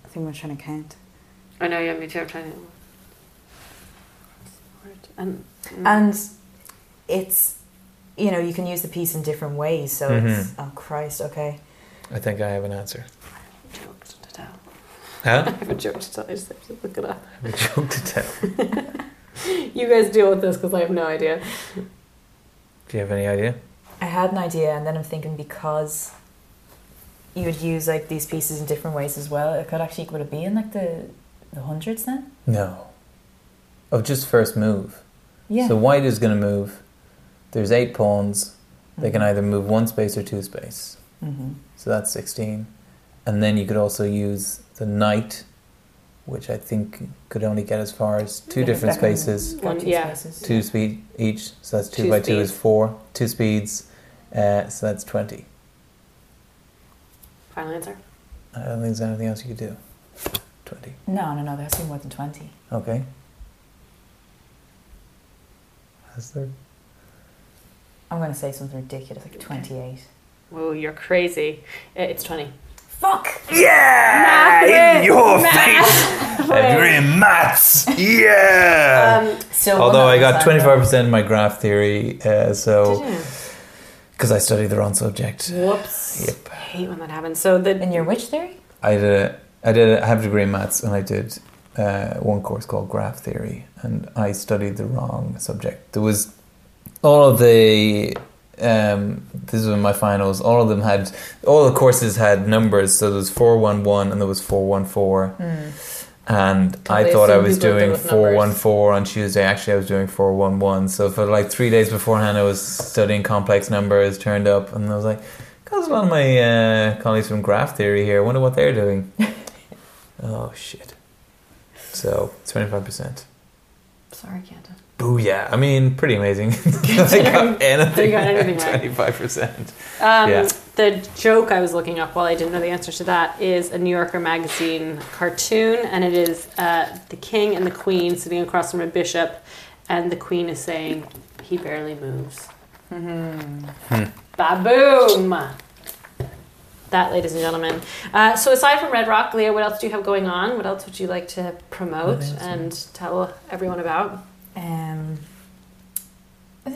[SPEAKER 1] I think we're trying to count.
[SPEAKER 3] I know, yeah, me too. I'm trying to. And,
[SPEAKER 1] And it's, you know, you can use the piece in different ways. So it's,
[SPEAKER 2] Mm-hmm.
[SPEAKER 1] oh Christ, okay.
[SPEAKER 2] I think I have an answer.
[SPEAKER 3] joke to tell.
[SPEAKER 2] Huh?
[SPEAKER 3] I have a joke to tell. I just have to look it up.
[SPEAKER 2] I have a joke to tell.
[SPEAKER 3] You guys deal with this because I have no idea.
[SPEAKER 2] Do you have any idea?
[SPEAKER 1] I had an idea, and then I'm thinking because you would use like these pieces in different ways as well. It could actually would it be in like the the hundreds then?
[SPEAKER 2] No. Of just first move.
[SPEAKER 1] Yeah.
[SPEAKER 2] So white is going to move. There's eight pawns. They can either move one space or two space.
[SPEAKER 1] mm-hmm.
[SPEAKER 2] So that's 16. And then you could also use the knight, which I think could only get as far as two
[SPEAKER 1] Yeah,
[SPEAKER 2] different
[SPEAKER 1] that can-
[SPEAKER 2] spaces.
[SPEAKER 3] One- yeah.
[SPEAKER 1] Spaces.
[SPEAKER 2] Two speed each. So that's two,
[SPEAKER 3] Two
[SPEAKER 2] by two is
[SPEAKER 3] speeds.
[SPEAKER 2] four. Two speeds. Uh, so that's 20.
[SPEAKER 3] Final answer.
[SPEAKER 2] I don't think there's anything else you could do. 20.
[SPEAKER 1] No, no, no. There has to be more than twenty.
[SPEAKER 2] Okay. Has there?
[SPEAKER 1] I'm going to say something ridiculous, like twenty-eight.
[SPEAKER 3] Whoa, you're crazy. Uh, It's 20.
[SPEAKER 1] Fuck.
[SPEAKER 2] Yeah!
[SPEAKER 3] Math it!
[SPEAKER 2] your
[SPEAKER 3] Math
[SPEAKER 2] face! Agree, maths! Yeah!
[SPEAKER 3] Um,
[SPEAKER 1] So
[SPEAKER 2] Although I got 25% in my graph theory, uh, so.
[SPEAKER 3] Did you?
[SPEAKER 2] Because I studied the wrong subject.
[SPEAKER 3] Whoops.
[SPEAKER 2] Yep.
[SPEAKER 3] I hate when that happens. So the
[SPEAKER 1] in your witch theory.
[SPEAKER 2] I did a, I did a, I have a degree in maths and I did uh, one course called graph theory and I studied the wrong subject. There was all of the um, this was in my finals. All of them had all the courses had numbers. So there was four one one and there was four one four. And I
[SPEAKER 4] Totally
[SPEAKER 2] thought I
[SPEAKER 4] assume
[SPEAKER 2] was
[SPEAKER 4] people are good
[SPEAKER 2] doing
[SPEAKER 4] with
[SPEAKER 2] four one four on Tuesday. Actually, I was doing four one one. So for like three days beforehand, I was studying complex numbers. Turned up and I was like, "God, a lot of my uh, colleagues from graph theory here. I wonder what they're doing." oh shit! So twenty five percent.
[SPEAKER 3] sorry, Canton.
[SPEAKER 2] Booyah! I mean, pretty amazing. I got anything.
[SPEAKER 3] You got anything right.
[SPEAKER 2] Twenty five percent.
[SPEAKER 3] Um,
[SPEAKER 2] Yeah.
[SPEAKER 3] The joke I was looking up while I didn't know the answer to that is a New Yorker magazine cartoon, and it is uh, the king and the queen sitting across from a bishop, and the queen is saying, "He barely moves."
[SPEAKER 2] Mm-hmm. Hmm.
[SPEAKER 3] Ba-boom! That, ladies and gentlemen. Uh, so, aside from Red Rock, Leah, what else do you have going on? What else would you like to promote
[SPEAKER 2] What else?
[SPEAKER 3] and tell everyone about?
[SPEAKER 1] Um. uh,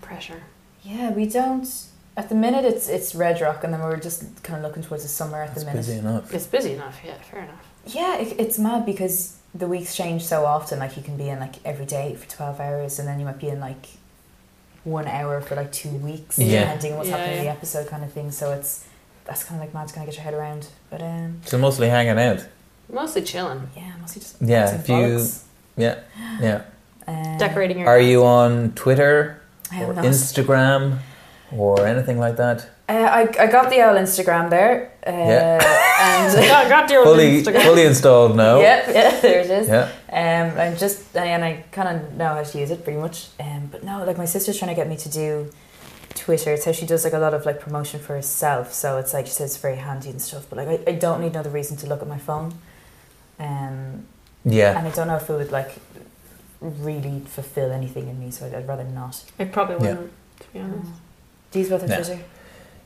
[SPEAKER 3] Pressure.
[SPEAKER 1] Yeah, we don't. At the minute, it's it's Red Rock, and then we're just kind of looking towards the summer at
[SPEAKER 2] That's
[SPEAKER 1] the minute.
[SPEAKER 2] busy enough.
[SPEAKER 3] It's busy enough. Yeah, fair enough.
[SPEAKER 1] Yeah, it, it's mad because the weeks change so often. Like you can be in like every day for twelve hours, and then you might be in like one hour for like two weeks,
[SPEAKER 2] Yeah.
[SPEAKER 1] depending on what's
[SPEAKER 3] Yeah,
[SPEAKER 1] happening in the
[SPEAKER 3] yeah.
[SPEAKER 1] episode, kind of thing. So it's that's kind of like mad to kind of get your head around. But um,
[SPEAKER 2] So mostly hanging out.
[SPEAKER 3] Mostly chilling.
[SPEAKER 1] yeah, mostly just
[SPEAKER 2] Yeah,
[SPEAKER 1] some
[SPEAKER 2] if you-
[SPEAKER 1] bollocks.
[SPEAKER 2] yeah, yeah.
[SPEAKER 1] Um,
[SPEAKER 3] Decorating your
[SPEAKER 2] Are you on Twitter
[SPEAKER 1] I am
[SPEAKER 2] or
[SPEAKER 1] not.
[SPEAKER 2] Instagram or anything like that?
[SPEAKER 1] uh, I I got the old Instagram there. Uh, and
[SPEAKER 3] Yeah, got your
[SPEAKER 2] Fully, fully installed now.
[SPEAKER 1] Yep, yeah, there it is.
[SPEAKER 2] Yeah.
[SPEAKER 1] Um, I'm just, and I kind of know how to use it pretty much. Um, but no, like my sister's trying to get me to do Twitter. It's how she does like a lot of like promotion for herself. So it's like she says it's very handy and stuff. But like I, I don't need another reason to look at my phone. Um,
[SPEAKER 2] Yeah.
[SPEAKER 1] and I don't know if it would like really fulfill anything in me. So I'd, I'd rather not.
[SPEAKER 3] I probably
[SPEAKER 2] Yeah.
[SPEAKER 3] wouldn't, to be
[SPEAKER 1] Mm.
[SPEAKER 3] honest.
[SPEAKER 1] Do you use both on
[SPEAKER 2] No.
[SPEAKER 1] Twitter?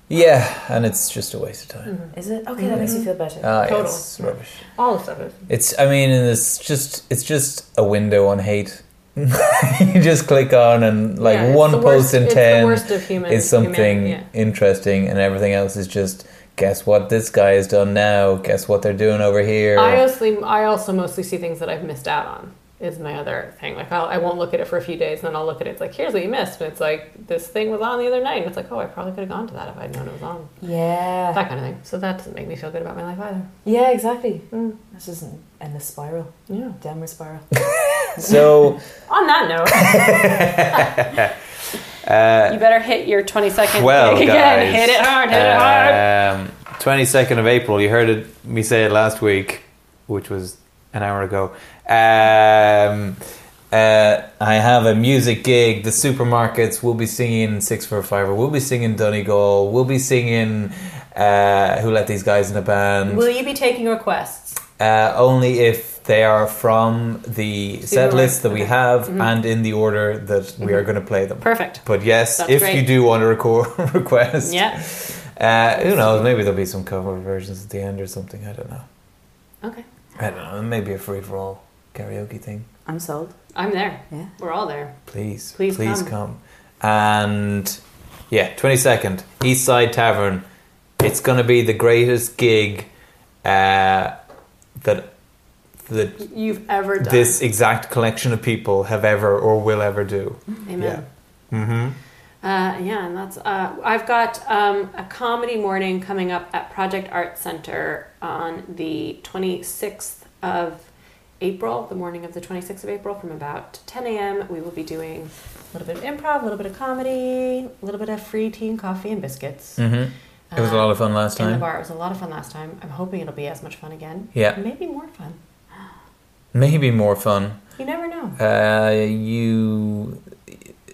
[SPEAKER 2] Yeah, and it's just a waste of time.
[SPEAKER 1] Is it okay? That makes you feel better.
[SPEAKER 2] Ah, yeah,
[SPEAKER 3] Total.
[SPEAKER 2] it's rubbish.
[SPEAKER 3] Mm-hmm. All of them.
[SPEAKER 2] It's I mean, and it's just it's just a window on hate. you just click on and like
[SPEAKER 3] Yeah, it's
[SPEAKER 2] one
[SPEAKER 3] the
[SPEAKER 2] post
[SPEAKER 3] worst-
[SPEAKER 2] in
[SPEAKER 3] it's
[SPEAKER 2] ten
[SPEAKER 3] The worst of human,
[SPEAKER 2] is something
[SPEAKER 3] humanity, yeah.
[SPEAKER 2] interesting, and everything else is just guess what this guy has done now. Guess what they're doing over here.
[SPEAKER 3] I also, I also mostly see things that I've missed out on. Is my other thing like I'll, I won't look at it for a few days, and then I'll look at it. It's like here's what you missed, and it's like this thing was on the other night, and it's like oh, I probably could have gone to that if I'd known it was on.
[SPEAKER 1] Yeah.
[SPEAKER 3] That kind of thing. So that doesn't make me feel good about my life either.
[SPEAKER 1] yeah. Exactly.
[SPEAKER 3] Mm.
[SPEAKER 1] This is an endless spiral,
[SPEAKER 3] Yeah.
[SPEAKER 1] downward spiral.
[SPEAKER 2] so
[SPEAKER 3] On that note, you better hit your twenty second
[SPEAKER 2] Well,
[SPEAKER 3] again.
[SPEAKER 2] guys,
[SPEAKER 3] hit it hard. Hit it hard.
[SPEAKER 2] um, 22nd of April, you heard it, me say it last week, which was an hour ago. Um, uh, I have a music gig. The supermarkets will be singing Six for a Fiver. We'll be singing Donegal. We'll be singing uh, Who Let These Guys in the Band.
[SPEAKER 3] Will you be taking requests?
[SPEAKER 2] Uh, only if they are from the set
[SPEAKER 3] Supermarket, Mm-hmm.
[SPEAKER 2] list that we
[SPEAKER 3] okay.
[SPEAKER 2] have and in the order that we are going to play them.
[SPEAKER 3] Perfect.
[SPEAKER 2] But yes,
[SPEAKER 3] That's
[SPEAKER 2] if
[SPEAKER 3] great.
[SPEAKER 2] you do want to record request,
[SPEAKER 3] Yeah.
[SPEAKER 2] uh, who knows? Maybe there'll be some cover versions at the end or something. I don't know.
[SPEAKER 3] Okay.
[SPEAKER 2] I don't know. Maybe a free for all karaoke thing.
[SPEAKER 1] I'm sold.
[SPEAKER 3] I'm there.
[SPEAKER 1] Yeah.
[SPEAKER 3] We're all there.
[SPEAKER 2] Please,
[SPEAKER 3] Please
[SPEAKER 2] please
[SPEAKER 3] come.
[SPEAKER 2] come. And yeah, twenty second, East Side Tavern. It's gonna be the greatest gig uh, that that
[SPEAKER 3] You've ever done
[SPEAKER 2] this exact collection of people have ever or will ever do.
[SPEAKER 3] Amen.
[SPEAKER 2] Mm-hmm.
[SPEAKER 3] Uh, yeah, and that's uh, I've got um, a comedy morning coming up at Project Art Center on the 26th of April, the morning of the 26th of April, from about 10 a.m. We will be doing a little bit of improv, a little bit of comedy, a little bit of free tea and coffee and biscuits.
[SPEAKER 2] Mm-hmm. It was a lot of fun last
[SPEAKER 3] Uh, in the
[SPEAKER 2] time.
[SPEAKER 3] bar. It was a lot of fun last time. I'm hoping it'll be as much fun again.
[SPEAKER 2] Yeah,
[SPEAKER 3] Maybe more fun.
[SPEAKER 2] maybe more fun.
[SPEAKER 3] You never know.
[SPEAKER 2] Uh, you,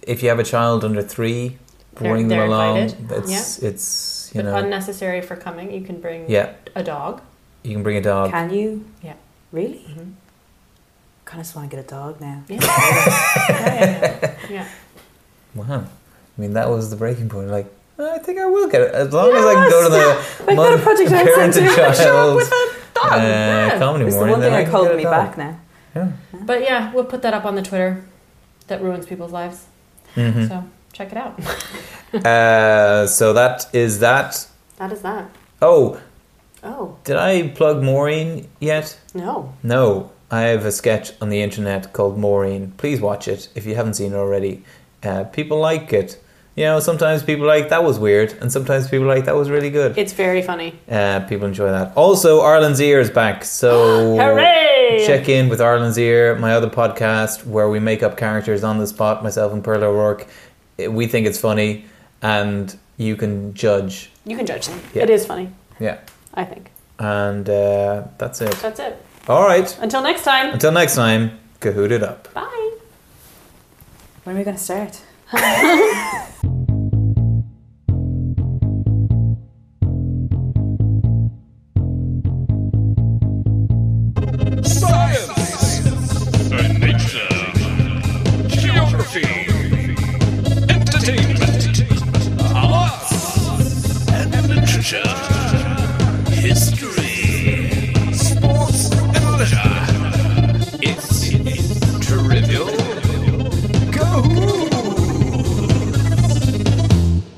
[SPEAKER 2] if you have a child under three,
[SPEAKER 3] They're-
[SPEAKER 2] bring
[SPEAKER 3] they're
[SPEAKER 2] them along.
[SPEAKER 3] invited.
[SPEAKER 2] It's it's you
[SPEAKER 3] But
[SPEAKER 2] know
[SPEAKER 3] unnecessary for coming. You can bring
[SPEAKER 2] yeah
[SPEAKER 3] a dog.
[SPEAKER 2] You can bring a dog.
[SPEAKER 1] Can you?
[SPEAKER 4] Yeah.
[SPEAKER 1] Really?
[SPEAKER 3] Mhm.
[SPEAKER 1] Kind of just want to get a dog now.
[SPEAKER 4] Yeah. yeah, yeah, yeah.
[SPEAKER 2] Wow. I mean, that was the breaking point. Like, I think I will get it. As long as I can go to the
[SPEAKER 1] Like
[SPEAKER 2] mother-
[SPEAKER 1] that a project I
[SPEAKER 2] parent
[SPEAKER 1] sent
[SPEAKER 2] and
[SPEAKER 1] to.
[SPEAKER 2] child
[SPEAKER 4] dog,
[SPEAKER 2] uh,
[SPEAKER 4] yeah.
[SPEAKER 2] comedy
[SPEAKER 1] It's the
[SPEAKER 2] morning.
[SPEAKER 1] one
[SPEAKER 2] then
[SPEAKER 1] thing I
[SPEAKER 2] can
[SPEAKER 1] called
[SPEAKER 2] get a
[SPEAKER 1] me
[SPEAKER 2] dog.
[SPEAKER 1] back now.
[SPEAKER 4] But yeah, we'll put that up on the Twitter. That ruins people's lives.
[SPEAKER 2] Mhm.
[SPEAKER 4] So check it out.
[SPEAKER 2] Uh, so that is that.
[SPEAKER 3] That is that.
[SPEAKER 2] Oh,
[SPEAKER 3] Oh,
[SPEAKER 2] did I plug Maureen yet?
[SPEAKER 3] no.
[SPEAKER 2] No. I have a sketch on the internet called Maureen. Please watch it if you haven't seen it already. Uh, people like it. You know, sometimes people like that was weird, and sometimes people like that was really good.
[SPEAKER 3] It's very funny.
[SPEAKER 2] Uh, people enjoy that. Also, Ireland's Ear is back, so
[SPEAKER 3] Hooray!
[SPEAKER 2] check in with Ireland's Ear, my other podcast, where we make up characters on the spot, myself and Pearl O'Rourke. It- We think it's funny, and you can judge.
[SPEAKER 3] You can judge them.
[SPEAKER 2] Yeah.
[SPEAKER 3] It is funny,
[SPEAKER 2] Yeah.
[SPEAKER 3] I think.
[SPEAKER 2] And uh, that's it.
[SPEAKER 3] That's it.
[SPEAKER 2] All right.
[SPEAKER 3] Until next time.
[SPEAKER 2] Until next time, cahoot it up.
[SPEAKER 3] Bye.
[SPEAKER 1] When are we going to start?
[SPEAKER 5] and nature, geography, entertainment, arts, and literature, history, sports and leisure.